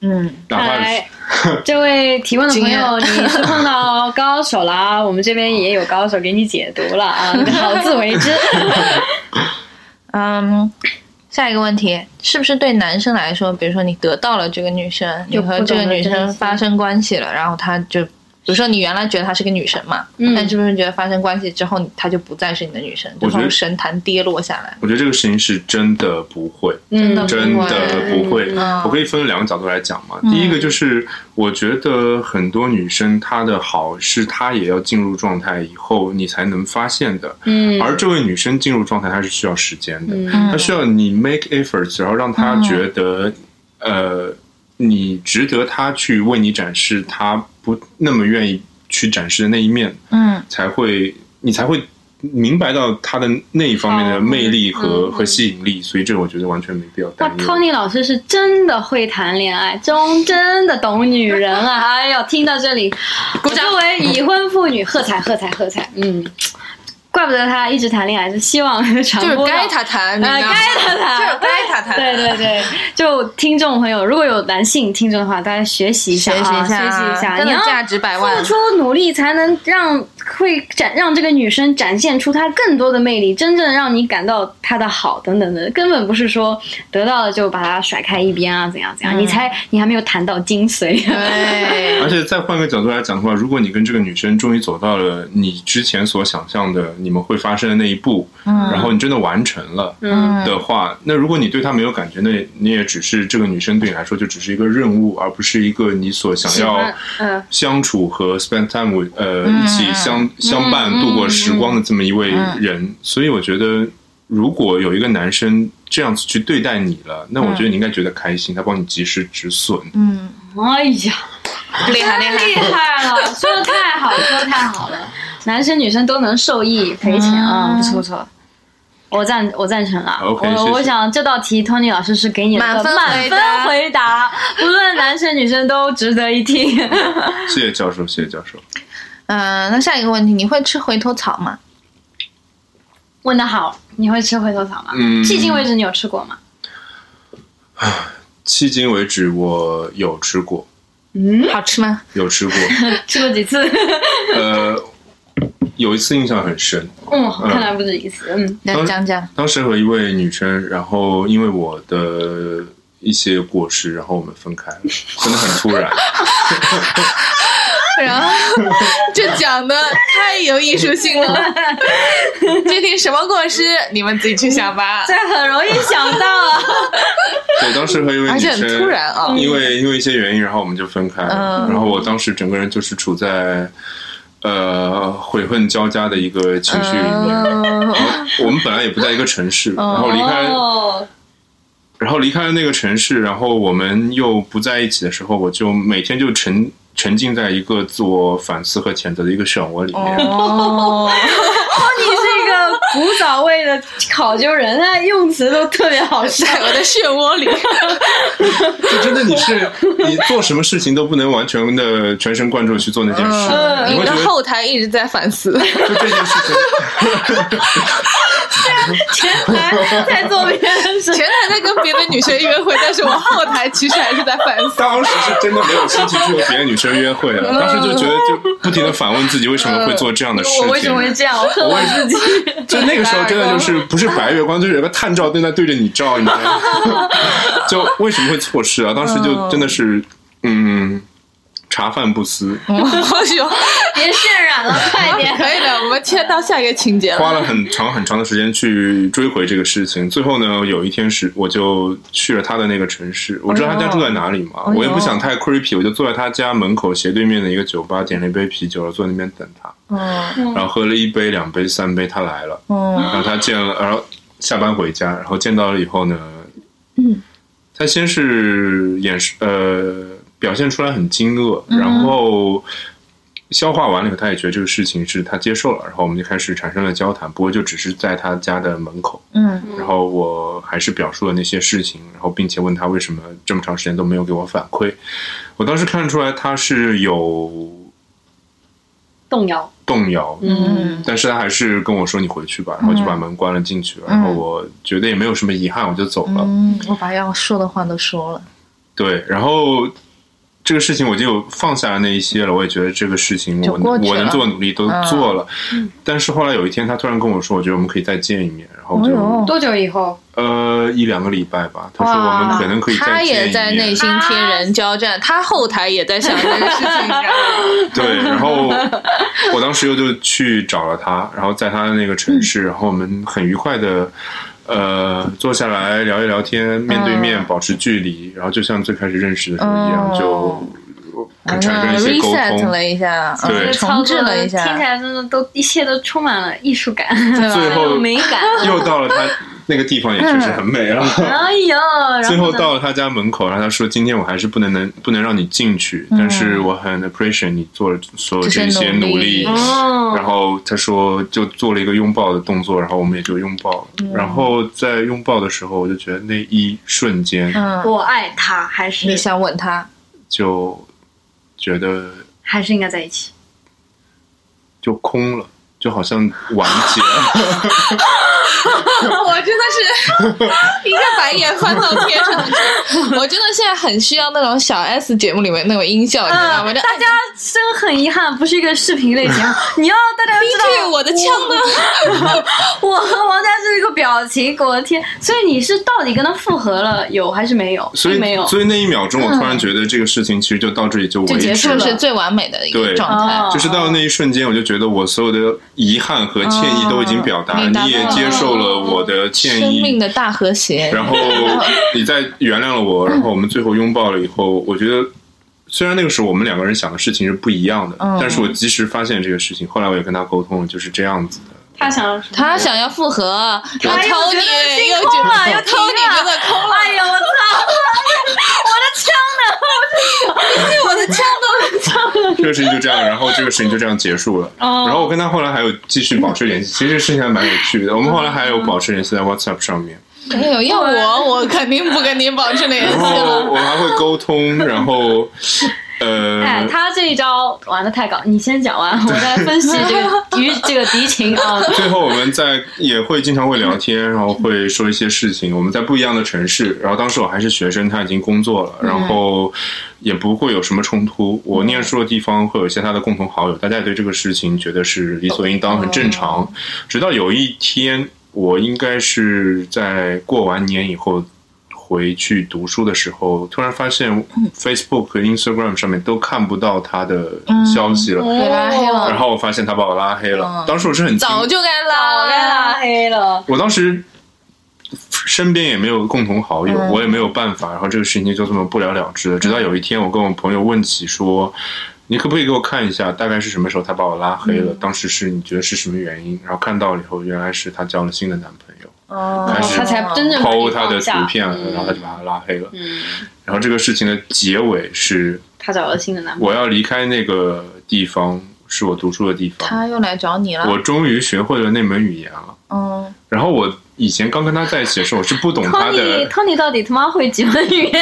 嗯，
哪怕
来，
<laughs>
这位提问的朋友，
经
你是碰到高手了啊？我们这边也有高手给你解读了啊，你好自为
<laughs>
之。
嗯，下一个问题是不是对男生来说，比如说你得到了这个女生，你
就
和
不
这
懂
个
得
女
珍
生
惜
发生关系了，然后她就，比如说你原来觉得她是个女神嘛，
嗯
但是不是觉得发生关系之后，你她就不再是你的女神，就
我觉
从
得
神坛跌落下来？
我觉得这个事情是真的不会，
嗯，
真
不会
的不会。
嗯
我可以分两个角度来讲嘛。第一
嗯
个就是，我觉得很多女生她的好是她也要进入状态以后你才能发现的，
嗯，
而这位女生进入状态她是需要时间的，
嗯
她需要你 make efforts，然后让她觉得，呃，你值得她去为你展示她不那么愿意去展示的那一面，
嗯
才会你才会。明白到她的那一方面的魅力
嗯
和、和吸引力，所以这个我觉得完全没必要
哇
担忧。
，Tony 老师是真的会谈恋爱，中真的懂女人
<laughs>
啊！哎呦，听到这里，
鼓掌
作为已婚妇女，喝彩喝彩喝彩！嗯，怪不得他一直谈恋爱，就希望传播到
谈
呃该他谈，
该他谈
对对对，就听众朋友，如果有男性听众的话，大家学习一下
学习一
啊，
下，
学习一下，
真
你
的
要
价值百万
付。出努力，才能让会展让这个女生展现出她更多的魅力，真正让你感到她的好等等的，根本不是说得到了就把它甩开一边啊，怎样
嗯
怎样，你才你还没有谈到精髓。
对
<laughs> 而，且再换个角度来讲的话，如果你跟这个女生终于走到了你之前所想象的你们会发生的那一步，然后你真的完成了
<laughs> 嗯
的话，那如果你对她没有感觉，那你也只是这个女生对你来说就只是一个任务，而不是一个你所想
喜欢
要
嗯
相处和 spend time with 呃、一起相相伴度过时光的这么一位
嗯
人。所以我觉得，如果有一个男生这样子去对待你了，那我觉得
嗯
你应该觉得开心，他帮你及时止损。
嗯，
哎呀，
厉害厉害。
厉害了，说的太好了，说的太
<laughs>
好了，男生女生都能受益匪浅
嗯
啊，不错不错。我赞我赞成了
OK，谢谢
我我想这道题托尼老师是给你了个
满分
满
回
分
答
回答，无论男生女生都值得一听。
谢谢教授，谢谢教授。
嗯，那下一个问题，你会吃回头草吗？
问的好，你会吃回头草吗？
嗯
迄今为止你有吃过吗？
迄今为止，我有吃过，
嗯，
好吃吗？ <laughs>
有吃过，
吃过几次？
呃，有一次印象很深，
<laughs> 嗯，看来不止一次，嗯
来
当
讲讲，
当时和一位女生，然后因为我的一些过失，然后我们分开了，
<laughs>
真的很突然。
然后就讲的太有艺术性了。具体什么过失，你们自己去想吧。
这很容易想到啊。
<laughs> 对，当时和一位
而
女
且
生，
很突然啊
因为因为一些原因，然后我们就分开了。
嗯
然后我当时整个人就是处在呃悔恨交加的一个情绪里面。
嗯，
我们本来也不在一个城市，然后离开，
哦，
然后离开了那个城市，然后我们又不在一起的时候，我就每天就沉沉浸在一个自我反思和谴责的一个漩涡里面。
哦，
你是一个古早味的考究人啊，用词都特别好
<laughs>
笑。
在我的漩涡里，
就真的你是你做什么事情都不能完全的全神贯注地去做那件事，
嗯
你
你
会觉
的
得
后台一直在反思。
就这件事情。
前台在做别人事，
前台在跟别的女生约会，但是我后台其实还是在反思。
当时是真的没有心情去和别的女生约会
嗯
了，当时就觉得就不停的反问自己为什么会做这样的事
嗯我为什
情
么。会这样？我恨我自己。
<laughs> 就那个时候真的就是不是白月光，就是有个探照灯在对着你照，你知道吗？
<laughs>
就为什么会错失啊？当时就真的是嗯，茶饭不思，
我去，
别渲染了，快点！
可以的，我们切到下一个情节了。
花了很长很长的时间去追回这个事情。最后呢，有一天是我就去了他的那个城市，我知道他家住在哪里嘛，
哎呦
我也不想太 creepy，我就坐在他家门口斜对面的一个酒吧，点了一杯啤酒，然后坐在那边等他，
嗯
然后喝了一杯、两杯、三杯，他来了，
嗯
然后他见了，然后下班回家，然后见到了以后呢，
嗯，
他先是眼神呃表现出来很惊愕，
嗯
然后消化完了以后，他也觉得这个事情是他接受了，然后我们就开始产生了交谈，不过就只是在他家的门口，
嗯
然后我还是表述了那些事情，然后并且问他为什么这么长时间都没有给我反馈，我当时看出来他是有
<laughs> 动摇，
动摇，
嗯，
但是他还是跟我说你回去吧，然后就把门关了进去，然后我觉得也没有什么遗憾，我就走了。
嗯，我把要说的话都说了。
对，然后这个事情我就放下那一些了，我也觉得这个事情
就
我
过去
我能
了
做的努力都
嗯
做了，但是后来有一天他突然跟我说，我觉得我们可以再见一面，然后
哎
就、
呦
多久以后？
呃一两个礼拜吧，他说
哇
我们可能可以
他
再见
也
一
在内
面，
心天人交战，他后台也在想这个事情，你知道吗？
对，然
<laughs>
后我当时又就去找了他，然后在他的那个城
嗯
市，然后我们很愉快的。呃，坐下来聊一聊天，面对面
嗯
保持距离，然后就像最开始认识的时候一样，
哦
就产生了一些沟
reset
通。
了一下，
对
嗯
这个
重
操
置
作
了一下，
听起来真的都一切都充满了艺术感，
<laughs> 最
还有
后
<laughs> 美感。
又到了他那个地方，也确实很美了。
哎呦，然
最后
呢
到了他家门口，然后他说：“今天我还是不能能不能让你进去，但是我很 appreciate 你做了所有这些努力。
这些努力
哦，
然后他说就做了一个拥抱的动作，然后我们也就拥抱了。然后在拥抱的时候，我就觉得那一瞬间
嗯，
我爱他，还
你
是
想吻他，
就觉得
还是应该在一起。
就空了，就好像完结了。
<laughs> 我真
<laughs>
的是一个白眼翻到天上去。我真的现在很需要那种小 S 节目里面那种音效，你知道吗？
嗯，
就
大家真很遗憾，不是一个视频 <laughs> 类型。你要大家知
对
道，
哎我的枪呢？
我和王佳是一个表情，我的天！所以你是到底跟他复合了有还是没有？
所以
没有。
所以那一秒钟，我突然觉得这个事情其实就到这里就
就
为
结
止
束
了。
是最完美的一个
对
状态。
哦
就是到那一瞬间，我就觉得我所有的遗憾和歉意都已经表达，
哦明白了
你也接受了我的
生
歉
命
意，
的大和谐，
然
<laughs>
后你再原谅了我，然后我们最后拥抱了以后，我觉得。虽然那个时候我们两个人想的事情是不一样的，
嗯
但是我及时发现这个事情，后来我也跟他沟通了，就是这样子的。
他想要什么
他想要复合，然后
哎呦
偷
我觉得
你，
心
又
空了
觉
又
得偷
停了
你，觉得空了，
哎呦我操！
我的枪
这个事情就这样，然后这个事情就这样结束了。
嗯
哦
然后我跟他后来还有继续保持联系，其实这个事情还蛮有趣的。我们后来还有保持联系在 WhatsApp 上面。
都没有，要我我肯定不跟你保持联系
然
了。
后我还会沟通，然后呃，
哎，他这一招玩的太高，你先讲
<laughs>
完，我再分析这个于这个敌情啊。
最后我们在也会经常会聊天，然后会说一些事情。我们在不一样的城市，然后当时我还是学生，他已经工作了，然后也不会有什么冲突。我念书的地方会有一些他的共同好友，大家也对这个事情觉得是理所应当，很正常。直到有一天，我应该是在过完年以后。回去读书的时候，突然发现 Facebook 和 Instagram 上面都看不到他的消息
哦
了，
给拉黑了
然后我发现他把我拉黑了。当时我是很惊
早就该
早
拉
该拉黑了，
我当时身边也没有共同好友，
嗯
我也没有办法，然后这个事情就这么不了了之了。直到有一天，我跟我朋友问起说。你可不可以给我看一下，大概是什么时候他把我拉黑
嗯
了？当时是你觉得是什么原因？然后看到了以后，原来是他交了新的男朋友，
哦
开始
他才真正把你
偷他
放
的图
下嗯
片，然后他就把他拉黑了。然后这个事情的结尾是，
他找了新的男朋友。
我要离开那个地方，是我读书的地方，
他又来
<laughs>
找你了
我，终于学会了那门语言了。
嗯，
然后我以前刚跟他在一起的时候，我是不懂他
托尼，
的，
托尼到底他妈会几门语言？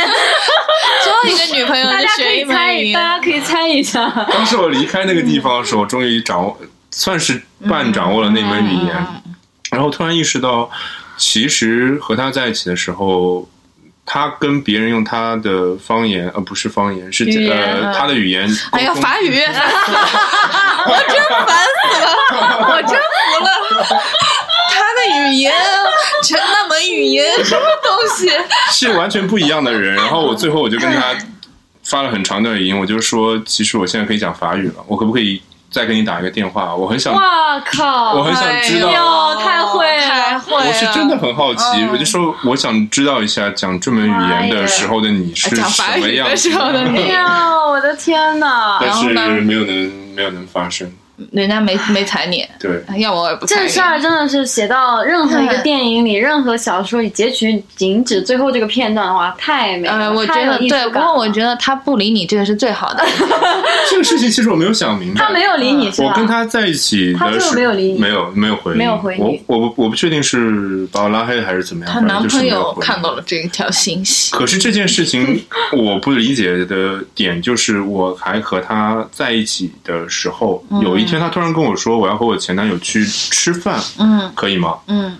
交一个女朋友
大
就
家可
学一
以
门
猜
语，
大
言，
家可以猜一下。
当时我离开那个地方的时候，我终于掌握，算是半掌握了那门语
嗯
言。然后突然意识到，其实和他在一起的时候，他跟别人用他的方言，呃，不是方言，是
语言嗯
呃他的语言。
哎呀，
沟通
法语， <laughs> 我真烦死了，我真服了。他的语言，全那门语言，什么东西？
是完全不一样的人。然后我最后我就跟他发了很长段语音，我就说，其实我现在可以讲法语了，我可不可以再给你打一个电话？我很想，我
哇靠！
很想知
哎
道，
呦太会了
太会了！
我是真的很好奇，
嗯
我就说我想知道一下讲这门语言的时候的你是
哎讲
什
法
么
语
样
的时候的
哎
子。
你，
呀，我的天哪！
但
然后
是
呢
没有能没有能发生，
人家没没踩你，
对，
要我也不踩
这
你。
事儿真的是写到任何一个电影里、任何小说里，结局仅止最后这个片段的话，太美了。
呃，我觉
太有
得
艺术
对，
感
不过
了
我觉得他不理你这个是最好 <laughs> 的。
这个事情其实我没有想明白。
他没有理你是吧？
我跟他在一起
他
的
最后
时
没有理你
没有没有回应，
没有回你
我我不我不确定是把我拉黑还是怎么样，
她
反正
男
就是
朋
没有
友
回应
看到了这一条信息，
可是这件事情我不理解的点就是，我还和他在一起的时候，
嗯
有一天他突然跟我说，我要和我前男友去吃饭，
嗯
可以吗？
嗯，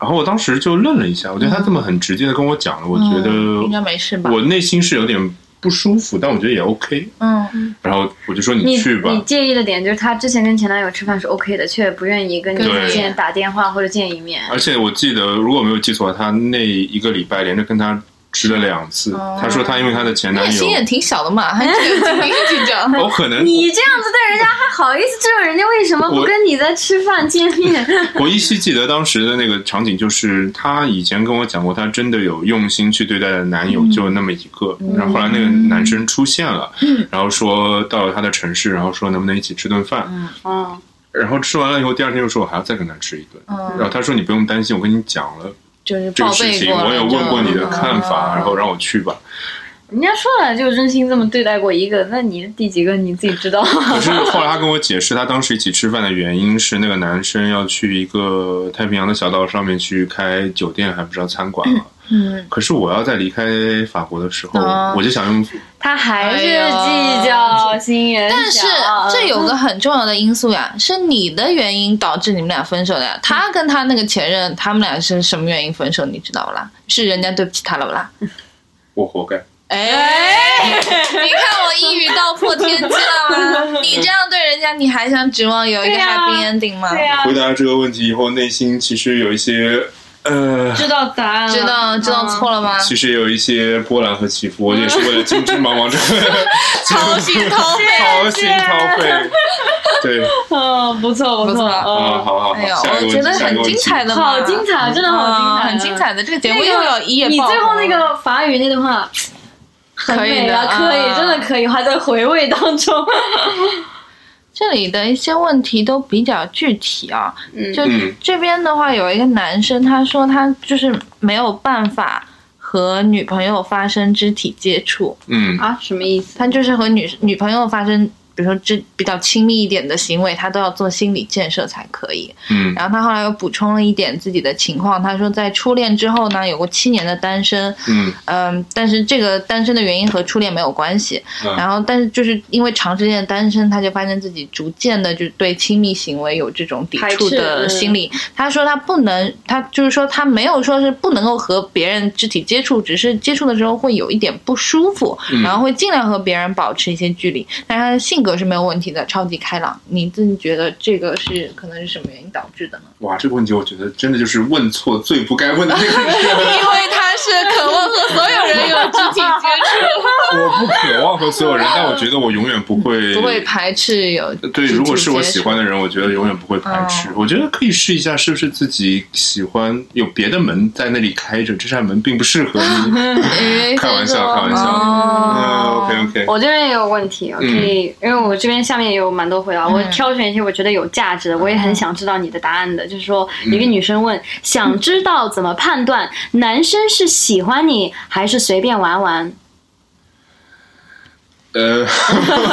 然后我当时就愣了一下，我觉得他这么很直接的跟我讲了，我觉
嗯应该
得
没事吧？
我内心是有点不舒服，但我觉得也 OK。
嗯，
然后我就说
你
你去吧，
你介意的点就是她之前跟前男友吃饭是 OK 的，却不愿意跟你
对
之前打电话或者见一面。
而且我记得，如果没有记错，他那一个礼拜连着跟他吃了两次。他说他因为他的前
哦那
男友
心，也挺小的嘛，还这个斤斤计较。
哎我可能
你这样子对人家还好意思质问人家为什么不
我
跟你在吃饭见面？
<laughs> 我依稀记得当时的那个场景，就是她以前跟我讲过，她真的有用心去对待的男
嗯
友就那么一个，然后后来那个男生出现了，
嗯
然后说到了她的城市，然后说能不能一起吃顿饭，
嗯，
然后吃完了以后，第二天又说我还要再跟他吃一顿，然后他说你不用担心，我跟你讲了
嗯就是
这
报
个事
备
情，
过了，
我也问过你的
就嗯
看法，然后让我去吧。
人家说了就真心这么对待过一个，那你是第几个你自己知道。
<laughs> 可是后来他跟我解释，他当时一起吃饭的原因是那个男生要去一个太平洋的小岛上面去开酒店，还不知道餐馆了。
嗯，
可是我要在离开法国的时候，
啊
我就想用
他还是
哎呀
计较心眼小，
哎但是
啊嗯
这有个很重要的因素呀，是你的原因导致你们俩分手的呀。
嗯
他跟他那个前任，他们俩是什么原因分手，你知道不啦？是人家对不起他了不啦？
我活该。
哎， <laughs> 你看我一语道破天机了吗？你这样对人家，你还想指望有一个
对啊呀
happy ending 吗？
对呀、
回答这个问题以后，内心其实有一些呃，
知道答案了，
知道知道错了吗？
其实有一些波澜和起伏，我也是为了金枝茫
<laughs>
茫这个
掏心掏
<laughs>
肺。
掏心掏肺。对，
嗯，不错不
不错
错，
啊，
嗯，
好好
哎
好，
呦，
下一个
我
问
觉
题，
得
下一
很
个问
精
题。
彩的嘛，
好精彩，真的好精
啊，
彩，
很精。彩的这个节目
那
又
个
有一夜
你
爆
最后那
红
个法语那段话。很
可以
美
的
啊，可以，
啊
真的可以，还在回味当中。
这里的一些问题都比较具体啊，
嗯
就
嗯
这边的话，有一个男生他说他就是没有办法和女朋友发生肢体接触，
嗯
啊，什么意思？
他就是和女女朋友发生比如说这比较亲密一点的行为，他都要做心理建设才可以。
嗯
然后他后来又补充了一点自己的情况，他说在初恋之后呢，有过七年的单身，
嗯
嗯，但是这个单身的原因和初恋没有关系。
嗯
然后，但是就是因为长时间的单身，他就发现自己逐渐的就对亲密行为有这种抵触
排斥
的
嗯
心理。他说他不能，他就是说他没有说是不能够和别人肢体接触，只是接触的时候会有一点不舒服，
嗯
然后会尽量和别人保持一些距离。但是他的性格是没有问题的，超级开朗。你自己觉得这个是可能是什么原因导致的呢？
哇，这个问题我觉得真的就是问错最不该问的那个
因
人。
为他是渴望和所有人有肢体接
我不渴望和所有人，但我觉得我永远不会
嗯触，不会排斥有
呃对，
肢体
如果是我
接
喜
触
欢的人，我觉得永远不会排斥。
哦
我觉得可以试一下，是不是自己喜欢有别的门在那里开着，这扇门并不适合你。 <laughs> 开玩笑开玩笑嗯
哦
，OK OK，
我这边也有问题，
嗯
我可以，因为我这边下面也有蛮多回答，
嗯
我挑选一些我觉得有价值的，我也很想知道你的答案的。就是说，
嗯
一个女生问，
嗯
想知道怎么判断男生是喜欢你还是随便玩玩？
呃，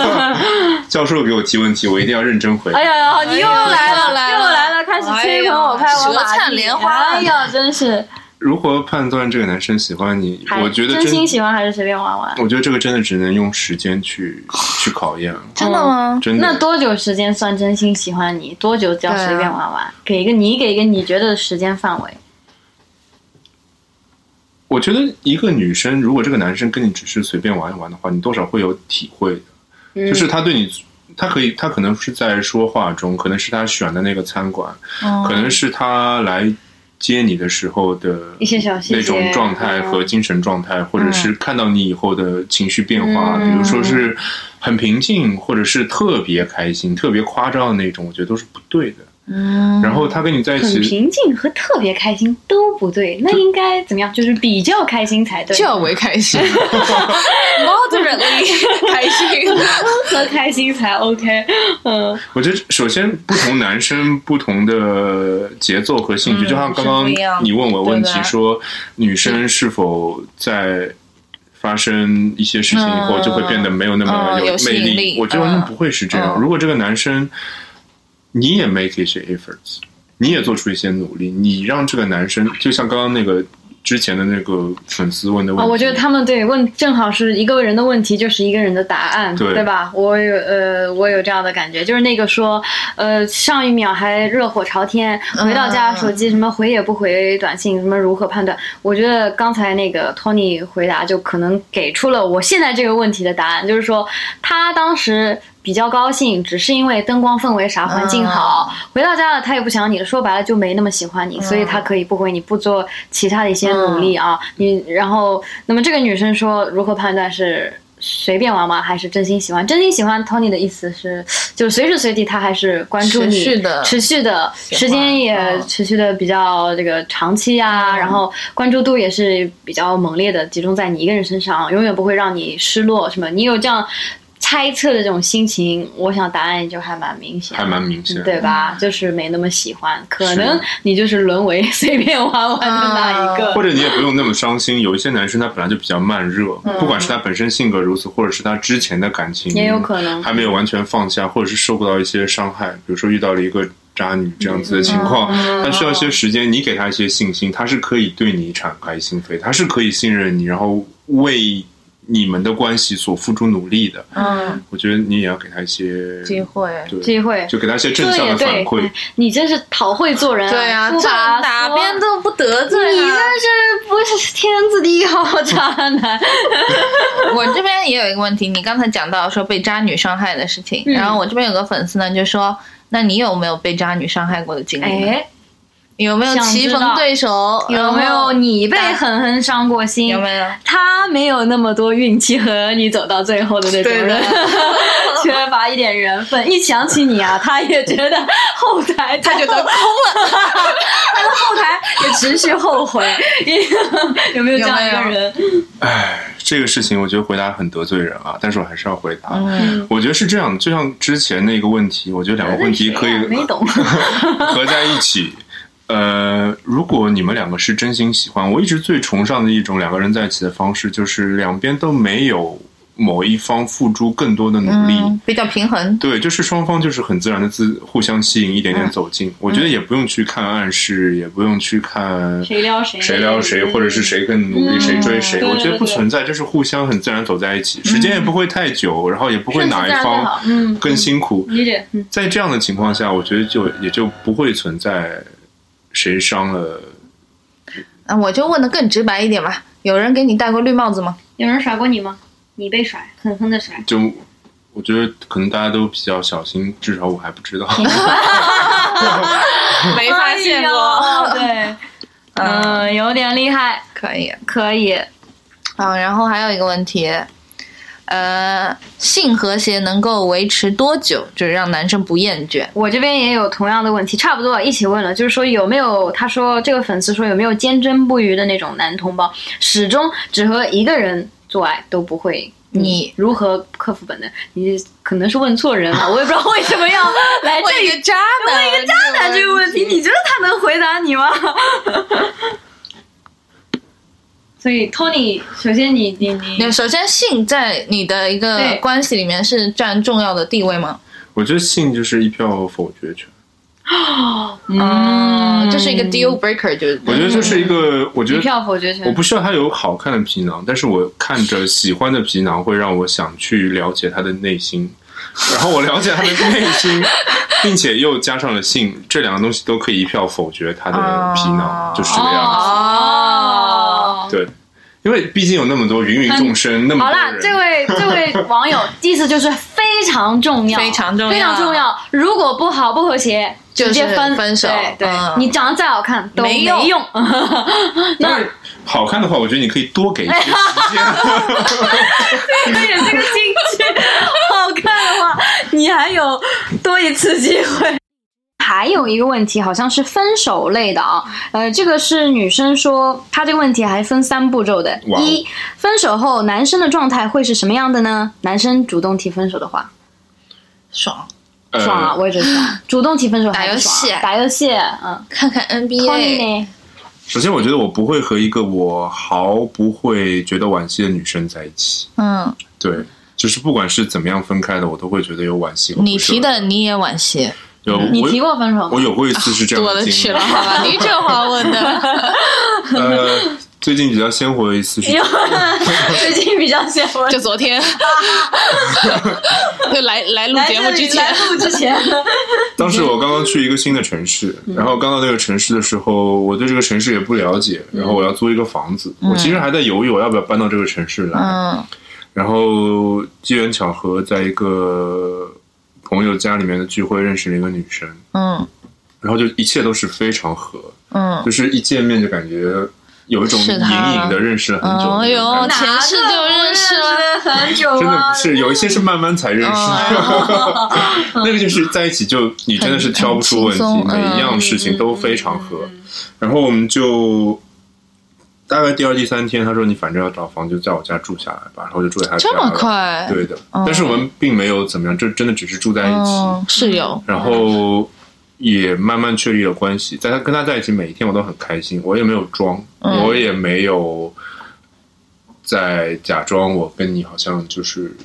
<laughs> 教授给我提问题，我一定要认真回。
哎呀呀，你又来
又
了，
来
又
了
来了，开始吹捧我，
哎
拍
呀
我马
舌
屁，
灿莲花
哎呀，真是，
如何判断这个男生喜欢你？
还
我觉得
真心喜欢还是随便玩玩？
我觉得这个真的只能用时间去去考验了，
真的吗？
真的。
那多久时间算真心喜欢你？多久叫
对啊
随便玩玩？给一个你给一个你觉得的时间范围。
我觉得一个女生，如果这个男生跟你只是随便玩一玩的话，你多少会有体会的，
就
就是他对你，他可以，他可能是在说话中，可能是他选的那个餐馆，
嗯
嗯
可能是他来接你的时候的
一些小细节
那种状态和精神状态，或者是看到你以后的情绪变化，
嗯
比如说是很平静，或者是特别开心、特别夸张的那种，我觉得都是不对的。
嗯
然后他跟你在一
很
起，
平静和特别开心都不对，那应较怎么样？就是比较开心才对，
较为开心
嗯
<laughs>
，moderately 开心。
和开心才 OK。嗯，
我觉得首先不同男生不同的节奏和兴趣，
嗯
就像刚
是不
刚
一样的
你问我问
对
题
吧
说，女生是否在。发生一些事情以后，
嗯
就会变得没有那么
嗯有吸
魅
引
力。
力
我觉得完全
嗯
不会是这样。
嗯
如果这个男生，你也 make 一些 efforts，你也做出一些努力，你让这个男生，就像刚刚那个之前的那个粉丝问的问
啊，
哦
题，
我觉得他们对问正好是一个人的问题，就是一个人的答案，
对
吧？我有呃，我有这样的感觉，就是那个说，呃，上一秒还热火朝天，回到家
嗯
手机什么回也不回短信，什么如何判断？我觉得刚才那个 Tony 回答就可能给出了我现在这个问题的答案，就是说他当时。比较高兴，只是因为灯光氛围啥环
嗯
境好，回到家了他也不想你了，说白了就没那么喜欢你，所
嗯
以他可以不回你，不做其他的一些努力啊。你然后，那么这个女生说如何判断是随便玩玩还是真心喜欢？真心喜欢 Tony 的意思是，就是随时随地他还是关注你，
持续地
持续的
欢
时间也
嗯
持续的比较这个长期
嗯
啊，然后关注度也是比较猛烈的，集中在你一个人身上，永远不会让你失落什么。你有这样猜测的这种心情，我想答案也就还蛮明显的，嗯
还蛮明显的。
对吧？就是没那么喜欢，可能你就是沦为随便玩玩的那一个。
<laughs> 或者你也不用那么伤心。有一些男生他本来就比较慢热，不管是他本身性格如此，或者是他之前的感情
嗯也有可能
还没有完全放下，或者是受不到一些伤害，比如说遇到了一个渣女这样子的情况，
嗯
他需要一些时间，你给他一些信心，他是可以对你敞开心扉，他是可以信任你，然后为。你们的关系所付出努力的，
嗯，
我觉得你也要给他一些
机会
对，
机会
就给他一些
说
正
的
向
也
的反
对，
馈
哎。你真是讨会做人、啊，
对啊，
不
这
把
哪
说
边都不得罪
你真
啊。
是不是天字第一号渣男，
我这边也有一个问题，你刚才讲到说被渣女伤害的事情，
嗯
然后我这边有个粉丝呢就说，那你有没有被渣女伤害过的经历呢？
哎，
有没有
想
棋
知
逢
道
对手？
有没
然后
有你被狠狠伤过心？
有没有？
他没有那么多运气和你走到最后的那种
对的
人， <laughs> 缺乏一点缘分。一想起你
<laughs>
啊，他也觉得后台，他 <laughs> 觉得空了，他的后台也持续后悔。 <laughs> 有没有这样一个人？
唉，这个事情我觉得回答很得罪人啊，但是我还是要回答。
嗯
我觉得是这样，就像之前那个问题，我觉得两个问题可以
那谁啊没懂。
<laughs> 合在一起。呃，如果你们两个是真心喜欢，我一直最崇尚的一种两个人在一起的方式，就是两边都没有某一方付出更多的努力。
嗯，比较平衡。
对，就是双方就是很自然的自互相吸引，
嗯
一点点走近。我觉得也不用去看暗示，也不用去看
谁撩谁，嗯
谁撩谁，或者是谁更努力，谁追谁。
对
我觉得
对
不
对嗯
存在，就是互相很自然走在一起，时间也不会太久，然后也不会
顺其
哪
自然
一
最好
方
嗯
更辛苦。
理解，嗯，
在这样的情况下，我觉得就也就不会存在谁伤了。
啊，我就问的更直白一点吧，有人给你戴过绿帽子吗？
有人甩过你吗？你被甩，狠狠的甩。
就我觉得可能大家都比较小心，至少我还不知道。
没
哎呦对，
<laughs> 嗯，
嗯，有点厉害，
可以。
可以。
啊，然后还有一个问题，呃，性和谐能够维持多久，就是让男生不厌倦？
我这边也有同样的问题，差不多一起问了，就是说有没有他说这个粉丝说有没有坚贞不渝的那种男同胞，始终只和一个人做爱都不会。
你
如何克服本能？你可能是问错人了，我 <laughs> 也不知道为什么要来哎这
问一
里
个渣男，问一个渣
问他这个问题。啊你觉得他能回答你吗？所以，Tony，首先你你你
那首先，性在你的一个
对
关系里面是占重要的地位吗？
<laughs> 我觉得性就是一票否决权。
嗯，这是一个 deal breaker，就是
我觉得这是一个，我觉
嗯一
得
票否决
我
权，
不需要他有好看的皮囊，但是我看着喜欢的皮囊会让我想去了解他的内心，然后我了解
<laughs> 哎
他的内心，并且又加上了性，这两个东西都可以一票否决他的皮囊，
哦
就是 <laughs> 这个样子。
哦，
对，因为毕竟有那么多芸芸众生，那么
好
多
啦
人，，
这位这位网友，意思就是非常重要，
非常重要
非常重要。如果不好不和谐，
就是
直接分
分手
对，对
嗯
你长得再好看都
没用
用。
当然好看的话，我觉得你可以多给一些时
<laughs>
间。
对点这个进去，好看的话，你还有多一次机会。还有一个问题好像是分手类的啊，呃，这个是女生说，她这个问题还分三步骤的。
哇哦
一，分手后男生的状态会是什么样的呢？男生主动提分手的话，
爽！
呃
爽啊，我也觉得爽。主动提分手还
打游
是爽啊
戏
打游戏，嗯。
看看 NBA，
Tony 呢？
首先，我觉得我不会和一个我毫不会觉得惋惜的女生在一起。
嗯，
对，就是不管是怎么样分开的，我都会觉得有惋惜和不舍。
你提的你也惋惜，
有
你
我
提过分手
我
吗？
有过一次是这样
多了
经历
去了，好吧？你这话
<laughs>
问的，
呃，最近比较鲜活的
<laughs>
一次是，
<laughs> 最近比较喜欢
就
<laughs>
昨天，就来来录节目之前，
来录之 <laughs> 前，
<laughs> 当时我刚刚去一个新的城市，
嗯
然后刚到那个城市的时候，我对这个城市也不了解，
嗯
然后我要租一个房子，我其实还在犹豫我要不要搬到这个城市来，
嗯
然后机缘巧合，在一个朋友家里面的聚会认识了一个女生，
嗯
然后就一切都是非常合，
嗯，
就是一见面就感觉有一种
是
隐
他
隐的认识了很久
哎
的那种
呦，
感觉。
前世就认识了，
了很久啊
真的不是，有一些是慢慢才认识的， <laughs> 那个就是在一起就你真的是挑不出问题
很很，轻松嗯
每一样事情都非常合。然后我们就大概第二、第三天，他说你反正要找房，就在我家住下来吧，然后就住在他家
这么
了
快，哦
对的，但是我们并没有怎么样，就真的只是住在一起，
嗯，室友，
然
嗯
后也慢慢确立了关系。在他跟他在一起每一天，我都很开心，我也没有装，
嗯
我也没有在假装我跟你好像就是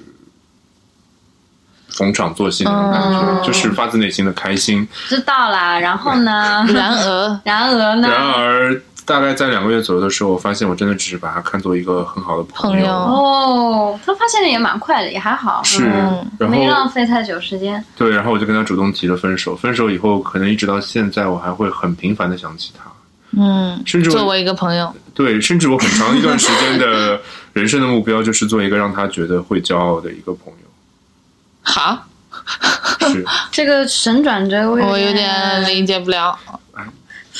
逢场作戏那种感
嗯
觉，就是发自内心的开心。
知道
<laughs>
啦。然后呢？
然而，
然而呢？
然而。大概在两个月左右的时候，我发现我真的只是把他看作一个很好的朋
朋友
哦，他发现的也蛮快的，也还好，
是
嗯，
然
没
后
浪费太久时间。
对，然后我就跟他主动提了分手。分手以后，可能一直到现在，我还会很频繁的想起他。
嗯，
甚至我
作为一个朋友，
对，甚至我很长一段时间的人生的目标就是做一个让他觉得会骄傲的一个朋友。
好，
是，
这个神转折，我
我有点理解不了，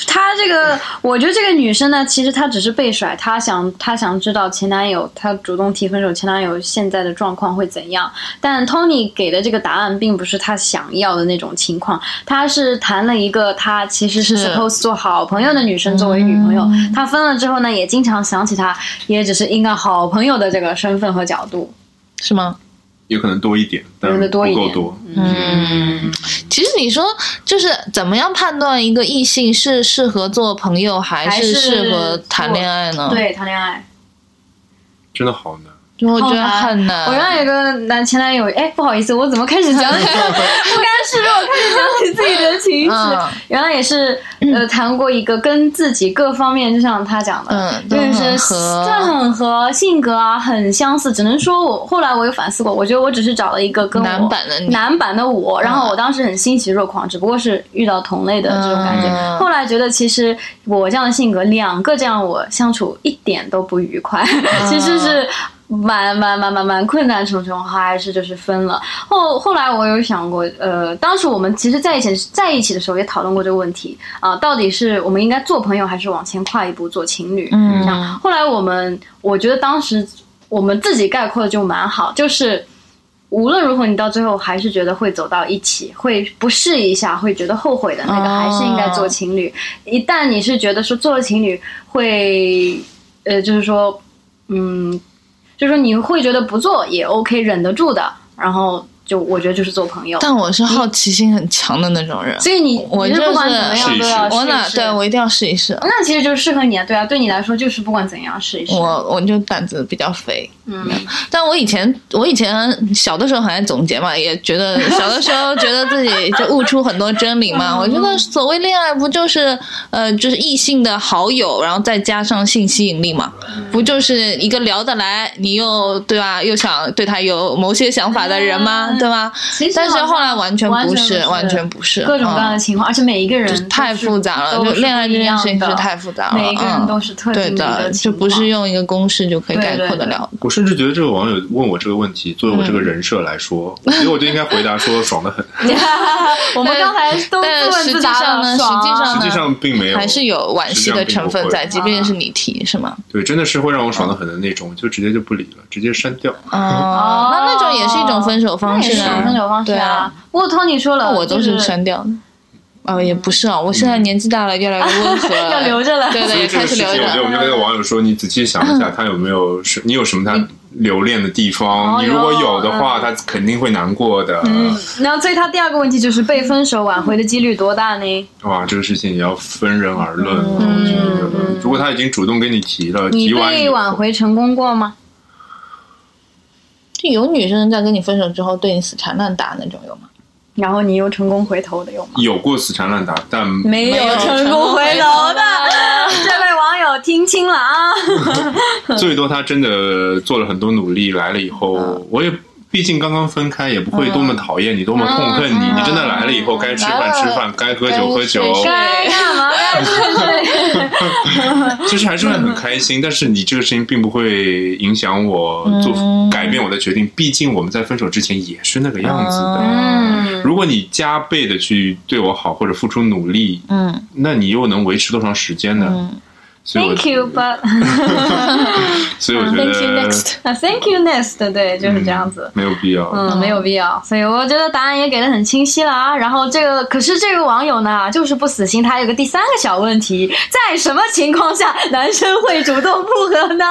他这个，我觉得这个女生呢，其实她只是被甩，她想她想知道前男友，她主动提分手，前男友现在的状况会怎样？但 Tony 给的这个答案并不是她想要的那种情况，她是谈了一个她其实是
是
supposed 做好朋友的女生作为女朋友，她分了之后呢，也经常想起她，也只是应该好朋友的这个身份和角度。
是吗？
也可能多一点，但
可
不
能多一点
够多。
嗯，其实你说就是怎么样判断一个异性是适合做朋友还
还
是
是
适合谈恋爱呢？，
对，谈恋爱。
真的好难。
就我觉得很
哦
难。
啊我原来有个男前男友，哎，不好意思，我怎么开始
<laughs>
讲起？不甘示弱，开始讲起自己的情史。
嗯
原来也是呃谈过一个跟自己各方面，就像他讲的，
嗯
就
都
是
很合
这很合性格啊，很相似。只能说我后来我有反思过，我觉得我只是找了一个跟我
男版的你
男版的我，然后我当时很欣喜若狂，只不过是遇到同类的这种感觉。
嗯
后来觉得其实我这样的性格，两个这样我相处一点都不愉快，其实是。蛮蛮蛮蛮蛮困难重重，还是就是分了。后后来我有想过，呃，当时我们其实在一起在一起的时候也讨论过这个问题啊、到底是我们应该做朋友，还是往前跨一步做情侣？
嗯
这样。后来我们，我觉得当时我们自己概括的就蛮好，就是无论如何，你到最后还是觉得会走到一起，会不试一下会觉得后悔的那个，
哦
还是应该做情侣。一旦你是觉得说做了情侣会，呃，就是说，嗯，就是说你会觉得不做也 OK，忍得住的，然后就我觉得就是做朋友。
但我是好奇心很强的那种人，
所以你，
我
你
就是
不管怎么
试
样
一
都
试
要试
我哪
一试
对我一定要试一试。
那其实就是适合你啊，对啊，对你来说就是不管怎样试一试。
我我就胆子比较肥，
嗯，
但我以前我以前小的时候很爱总结嘛，也觉得小的时候觉得自己就悟出很多真理
嗯
嘛。我觉得所谓恋爱不就是呃就是异性的好友，然后再加上性吸引力嘛，
嗯
不就是一个聊得来，你又对吧，又想对他有某些想法的人吗？
嗯
对吧？
其实
但是
好像
后来完全
完
不
全
是，
不
完
是
全不是
各种各样的
嗯
情况，而且每一个人
太复杂了，就恋爱这件事情是太复杂了，
每一个人
嗯
都是特定
对
的
的，
情
就
况
不
<laughs>
是用一个公式就可以
对
概
对
括得
对
了的。
我甚至觉得这个网友问我这个问题，作为我这个人设来说，我觉得我就应该回答说爽的很。
我们刚才都
但
自问
实
自
际
答
上
了，
呢
爽啊
实际上
实际上并没有，
还是有惋惜的成分在，
实
即便是你提是吗？
对，真的是会让我爽的很的那种，就直接就不理了，直接删掉。
哦，那那种也是一种分手方
啊那也
式
是一
啊，
种分手方式
对
啊
啊。
不过托尼说了，
我都
就是
删掉的。哦，也不是啊，我现在年纪大了，越来越温和了，
<laughs> 要留着了
对
所
对，
以
也
这
开
个
始
事情，
留
我
着
觉得
了。
我们就跟那个网友说，你仔细想一下，他有没有是，你有什么他留恋的地方？
哦
你如果有的
有
话，他肯定会难过的。
嗯，然后所以他第二个问题就是被分手挽回的几率多大呢？
哇，这个事情也要分人而论。啊
嗯
我觉得，如果他已经主动跟你提了，
你
提完以
被
后
挽回成功过吗？
就有女生在跟你分手之后对你死缠烂打那种有吗？
然后你又成功回头的有吗？
有过死缠烂打，但
没
没
有
有
成
成
功
功
回
回
头
头
的
的，
这位网友听清了啊！
最多他真的做了很多努力，来了以后，
嗯
我也毕竟刚刚分开，也不会多么讨厌你，多么痛恨
嗯
你。你真的来了以后，该吃饭吃饭，该喝酒喝酒，
该
该
干嘛
<laughs>
干嘛。
其实还是会很开
嗯
心。但是你这个事情并不会影响我做
嗯
改变我的决定，毕竟我们在分手之前也是那个样子的。
嗯，
如果你加倍的去对我好，或者付出努力，
嗯
那你又能维持多长时间呢？
嗯
所以我
Thank you, but <laughs>
所以我觉
，Thank you
得嗯
next。
thank you next，对，就是这样子。
没有必要。
嗯，没有必要，所以我觉得答案也给的很清晰了啊。然后这个，可是这个网友呢，就是不死心，他有个第三个小问题，在什么情况下男生会主动复合呢？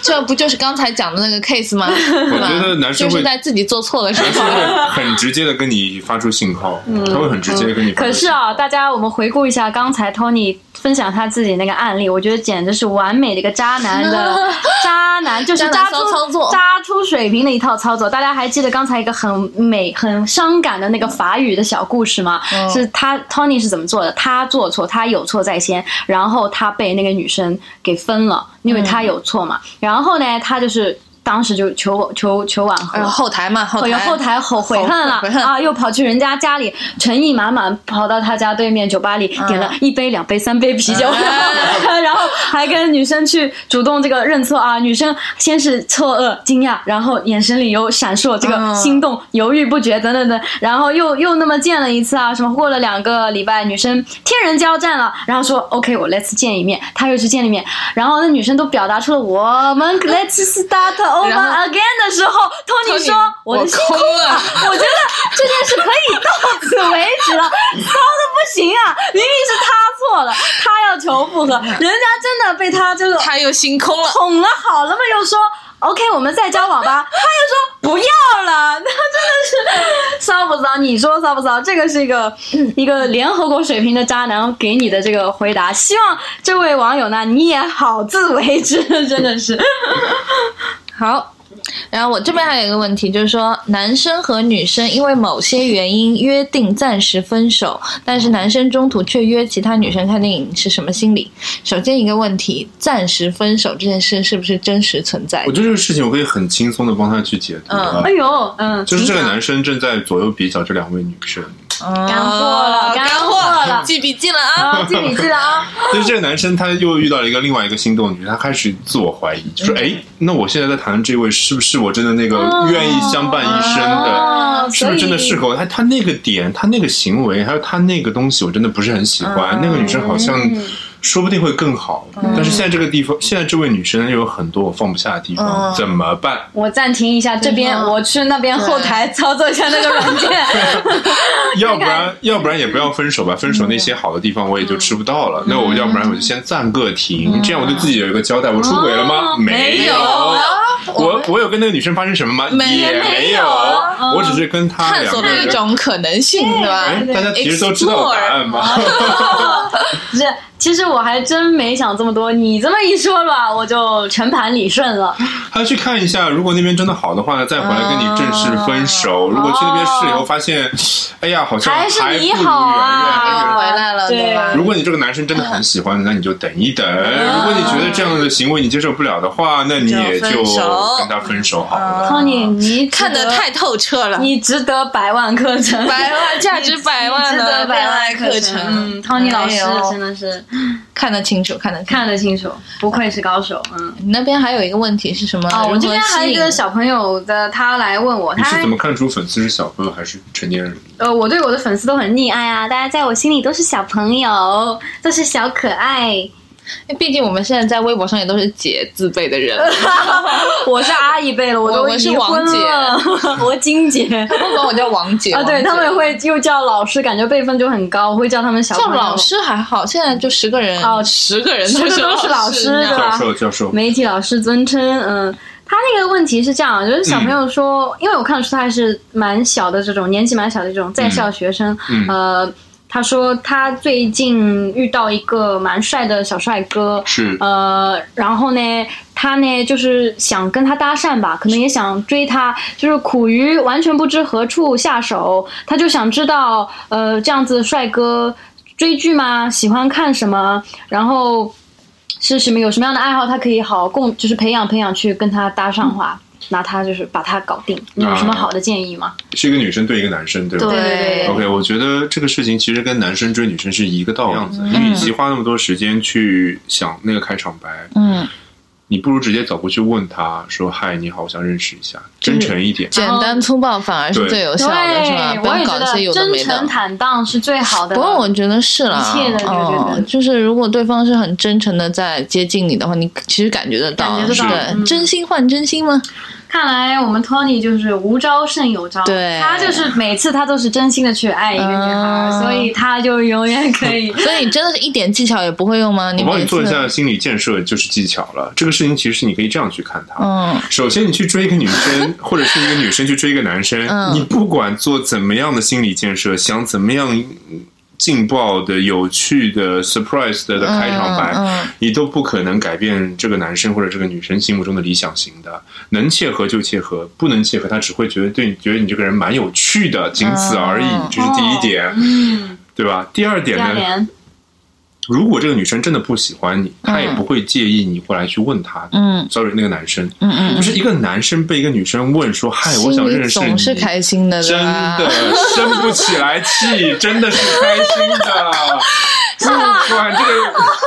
这不就是刚才讲的那个 case 吗？我
觉得男生
就
会
是在自己做错了事
哦
情。
很直接的跟你发出信号，
嗯
他会很直接的跟你发
可
出
是
信号。
啊，大家我们回顾一下刚才 Tony 分享他自己那个案例，我觉得简直是完美的一个渣男的
<laughs>
渣男，就是
渣
渣
男
出
骚操作
渣出水平的一套操作。大家还记得刚才一个很美、很伤感的那个法语的小故事吗？
嗯
是他 Tony 是怎么做的？他做错，他有错在先，然后他被那个女生给分了，因为
嗯
他有错嘛。然后呢，他就是。当时就求求求挽回
哎呦，后台嘛，后
哦，有
台，
后台后悔
后
恨了
悔恨
啊，又跑去人家家里，诚意满满，跑到他家对面酒吧里
嗯
点了一杯、两杯、三杯啤酒， <laughs> 然后还跟女生去主动这个认错啊。女生先是错愕、惊讶，然后眼神里有闪烁这个
嗯
心动、犹豫不决等等等，然后又又那么见了一次啊，什么过了两个礼拜，女生天人交战了，然后说 OK，我 let's 见一面，他又去见一面，然后那女生都表达出了我们 let's start over
然后
again 的时候，托尼说
哦
我的心
空了，
我觉得这件事可以到此为止了， <laughs> 骚的不行啊！明明是他错了，他要求复合， <laughs> 人家真的被他这个
<laughs> 他又心空 <laughs> 了。
哄了好了嘛，又说 OK，我们再交往 <laughs> 吧，他又说不要了， <laughs> 那真的是骚不骚？你说骚不骚？这个是一个、一个联合国水平的渣男给你的这个回答，希望这位网友呢你也好自为之，真的是好。
然后我这边还有一个问题，就是说男生和女生因为某些原因约定暂时分手，但是男生中途却约其他女生看电影，是什么心理？首先一个问题，暂时分手这件事是不是真实存在
我
的？
觉得这个事情我可以很轻松的帮他去解读啊
哎，呦，嗯，
就是这个男生正在左右比较这两位女生，
干
干货了
干
干货了
记笔记了啊！
啊，记笔记了啊，
但是这个男生他又遇到了一个另外一个心动女，他开始自我怀疑，
嗯
就是哎，那我现在在谈的这位是不是我真的那个愿意相伴一生的？
啊，
是
所
不是
以
真的适合我？他他那个点，他那个行为，还有他那个东西，我真的不是很喜欢。那个女生好像
嗯
说不定会更好，但是现在这个地方，现在这位女生又有很多我放不下的地方，
嗯
怎么办？
我暂停一下，这边
对
我去那边后台操作一下那个软件。
要不然，要不然也不要分手吧。分手那些好的地方我也就吃不到了。那
嗯
我要不然我就先暂个停，这样我对自己有一个交代。我出轨了吗？
哦
没
没有啊
我我有跟那个女生发生什么吗？
没
也没
没有啊
我只是跟她
探
两
索
个
了一
人。
种可能性，对吧
哎，？大家其实都知道答案吧？
不 <laughs> 是，其实我还真没想这么多，你这么一说吧，我就全盘理顺了。
嗯
还要去看一下，如果那边真的好的话呢，再回来跟你正式分手。如果去那边试以后发现，哎呀，好像
啊还是
不如
你
原
好
愿。
啊，
还是回来了对
对
吧
如果你这个男生真的很喜欢，那你就等一等。如
啊
果你觉得这样的行为你接受不了的话，那你也就
就分手
跟他分手好
啊
了。
，Tony，你值得
看得太透彻了，
你值得百万课程，
百万价值百
<laughs>
万
值
的
得百
恋爱
万
课
程
程。，
嗯，Tony 老师
哎呦
真的是
看得清楚，看得清楚。
看得清楚，不愧是高手，嗯。
你那边还有一个问题是什么？
哦，我
如何
这边还有一
吸
个
引
小朋友的，他来问我，
你
他
是怎么看出粉丝是小朋友还是成年人？
呃，我对我的粉丝都很溺爱啊，大家在我心里都是小朋友，都是小可爱。
毕竟我们现在在微博上也都是姐字辈
<laughs>
的人，
我是阿姨辈了，我
我
都
我是
已
王
婚
姐
了， <laughs> 我金姐。
不管我叫王姐
啊，对
王姐
他们会又叫老师，感觉辈分就很高，会叫他们小
叫
朋友
老师还好，现在就十个人，
哦
十个人
十个都是老师
呢
对啊吧
教授，教授，
媒体老师尊称。嗯，他那个问题是这样，就是
嗯
小朋友说，因为我看得出他还是蛮小的这种年纪蛮小的这种在校学生，
嗯
呃。他说他最近遇到一个蛮帅的小帅哥，
是
呃，然后呢，他呢就是想跟他搭讪吧，可能也想追他，就是苦于完全不知何处下手，他就想知道，呃，这样子帅哥追剧吗？喜欢看什么？然后是什么有什么样的爱好，他可以好共就是培养培养去跟他搭上话，拿他就是把他搞定。你有什么好的建议吗？
是一个女生对一个男生，对吧？
对对
OK，我觉得这个事情其实跟男生追女生是一个道理。样
嗯
子，你与其花那么多时间去想那个开场白，
嗯，
你不如直接走过去问他说：“嗨，你好，我想认识一下。”真诚一点，
简单粗暴反而是
对
最有效的，是吧？
对，
不
我也
要
觉
搞一些有
得
的
真
没
诚
的。
坦荡是最好的。
不过我觉得是啦，
一切的我觉
哦
得，
就是如果对方是很真诚的在接近你的话，你其实感觉得到，
感觉得到
对
嗯
真心换真心嘛。
看来我们 Tony 就是无招胜有招，
对
他就是每次他都是真心的去爱一个女孩，
嗯
所以他就永远可
<laughs>
以
所以你真的是一点技巧也不会用吗？你
我帮
每
你
次
做一下心理建设，就是技巧了。这个事情其实你可以这样去看它。
嗯，
首先，你去追一个女
<laughs>
生，或者是一个女生去追一个男生，
嗯
你不管做怎么样的心理建设，想怎么样劲爆的、有趣的、surprise 的的开场白，
嗯嗯
你都不可能改变这个男生或者这个女生心目中的理想型的。能切合就切合，不能切合，他只会觉得对你觉得你这个人蛮有趣的，仅此而已。
嗯
这是第一点，
嗯，
对吧？第二点
第
呢？
二点，
如果这个女生真的不喜欢你，她也不会介意你过来去问她。
嗯
sorry，那个男生，
嗯嗯，
不是一个男生被一个女生问说：“嗨，哎我想
心里
认识你。”
总是开心的，
真
对吧？
的生不起来气，真的是开
<laughs>
心的。
啊
不管这个，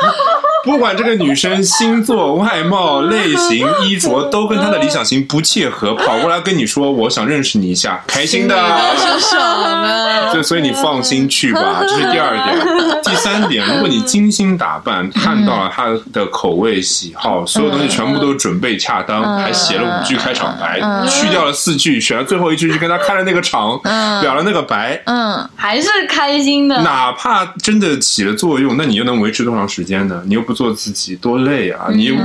不管这个女生星座、
<laughs>
外貌、类型、衣着，都跟她的理想型不切合，跑过来跟你说：“我想认识你一下。”开心的，
哎是爽
<laughs>
的。
所以，所以你放心去吧，这是第二点。第三点，如果你精心打扮，看到了他的口味喜好，所有东西全部都准备恰当，还写了五句开场白，去掉了四句，选了最后一句，就跟他开了那个场，表了那个白。
嗯，
还是开心
<laughs>
的。
哪怕真的起了作用，那你又能维持多长时间呢？你又不做自
嗯
己，多累啊！你又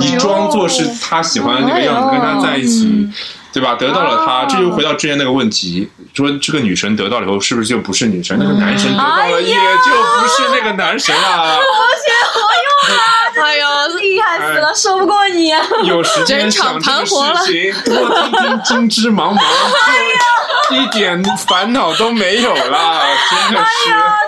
你装作是他喜欢的那个样子，
哎呦嗯
跟他在一起，对吧？得到了他，
哦
这就回到之前那个问题，说这个女神得到了以后，是不是就不是女神？
嗯
那个男神得到了，也就不是那个男神
<laughs>
啊。
哎呦，
厉害死了，说不过你啊！
有时间想这个事情，多听听金枝茫茫，
哎
就一点烦恼都没有啦，真的
哎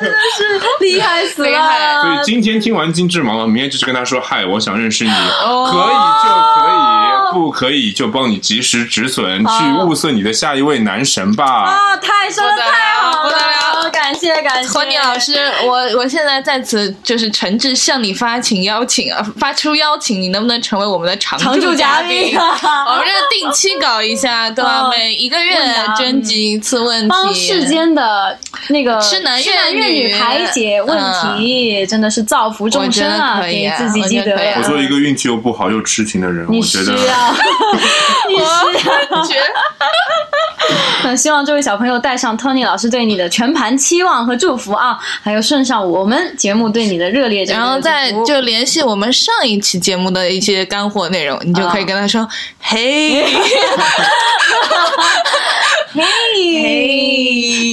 是。
是厉害死
厉害
所以
了。
今天听完金枝茫茫，明天就是跟他说嗨，我想认识你，
哦
可以就可以，不可以就帮你及时止损，
哦
去物色你的下一位男神吧。
啊，太说的太好
不得了不得
了，感谢感谢，
托尼老师，我我现在在此就是诚挚向你发请邀请啊，发出邀请，你能不能成为我们的常
常驻
嘉
嘉宾，
我们这定期搞一下，对吧？
哦
每一个月
问答
征集一次问
<laughs>
题，
帮世间的那个
是男
是男
怨
怨
女嗯
排解问题，真的是造福众生
我觉得
啊！
可以
给
啊
自己积
我觉
德
得可以啊。
我作为一个运气又不好又痴情的人，
你
我觉
需
得
要， <laughs> 你需要。
我觉得
那希望这位小朋友带上 Tony 老师对你的全盘期望和祝福啊，还有顺上我们节目对你的热烈这个
<laughs> 然后再
祝福
就联系我们上一期节目的一些干货内容，你就可以跟他
<laughs>
说：“嘿，
嘿，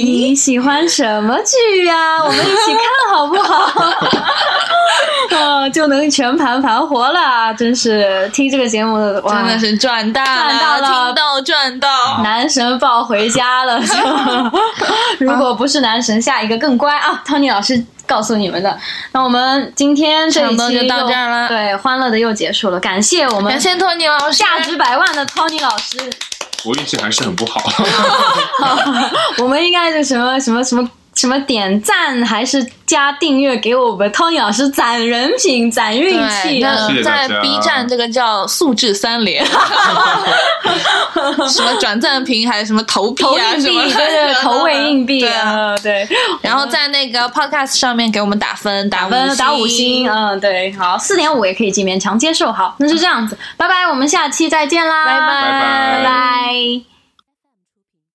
你喜欢什么剧
<laughs>
呀、我们一起看好不好？ <laughs> 嗯、就能全盘盘活了，真是听这个节目的哇，
真的是赚大
赚到了
听到赚到。
男神抱回家
<laughs>
了。就如果不是男神，下一个更乖啊！汤尼老师告诉你们的。那我们今天这一
差
期
不多就到
又
这儿了
对，欢乐的又结束了，感谢我”们
感谢托尼老师，
价值百万的 Tony 老师。
我运气还是很不
<laughs>
好。 <laughs>
哦我们应该是什么什么什么什么点赞，还是加订阅给我们 Tony 老师攒人品、攒运
对，
气啊
那
谢谢大
在
家
B 站这个叫“素质三
<laughs>
连”，什么转赞评还是什么投币
投
啊
硬
什
币，
么
对
的， <laughs>
对，投喂硬币，
对啊。
嗯，对，
然后在那个 Podcast 上面给我们打分，打
分打五
五
星，。嗯，对，好，四点五也可以进，勉强接受。好，那就这样子，拜拜，我们下期再见啦，
拜拜
拜拜。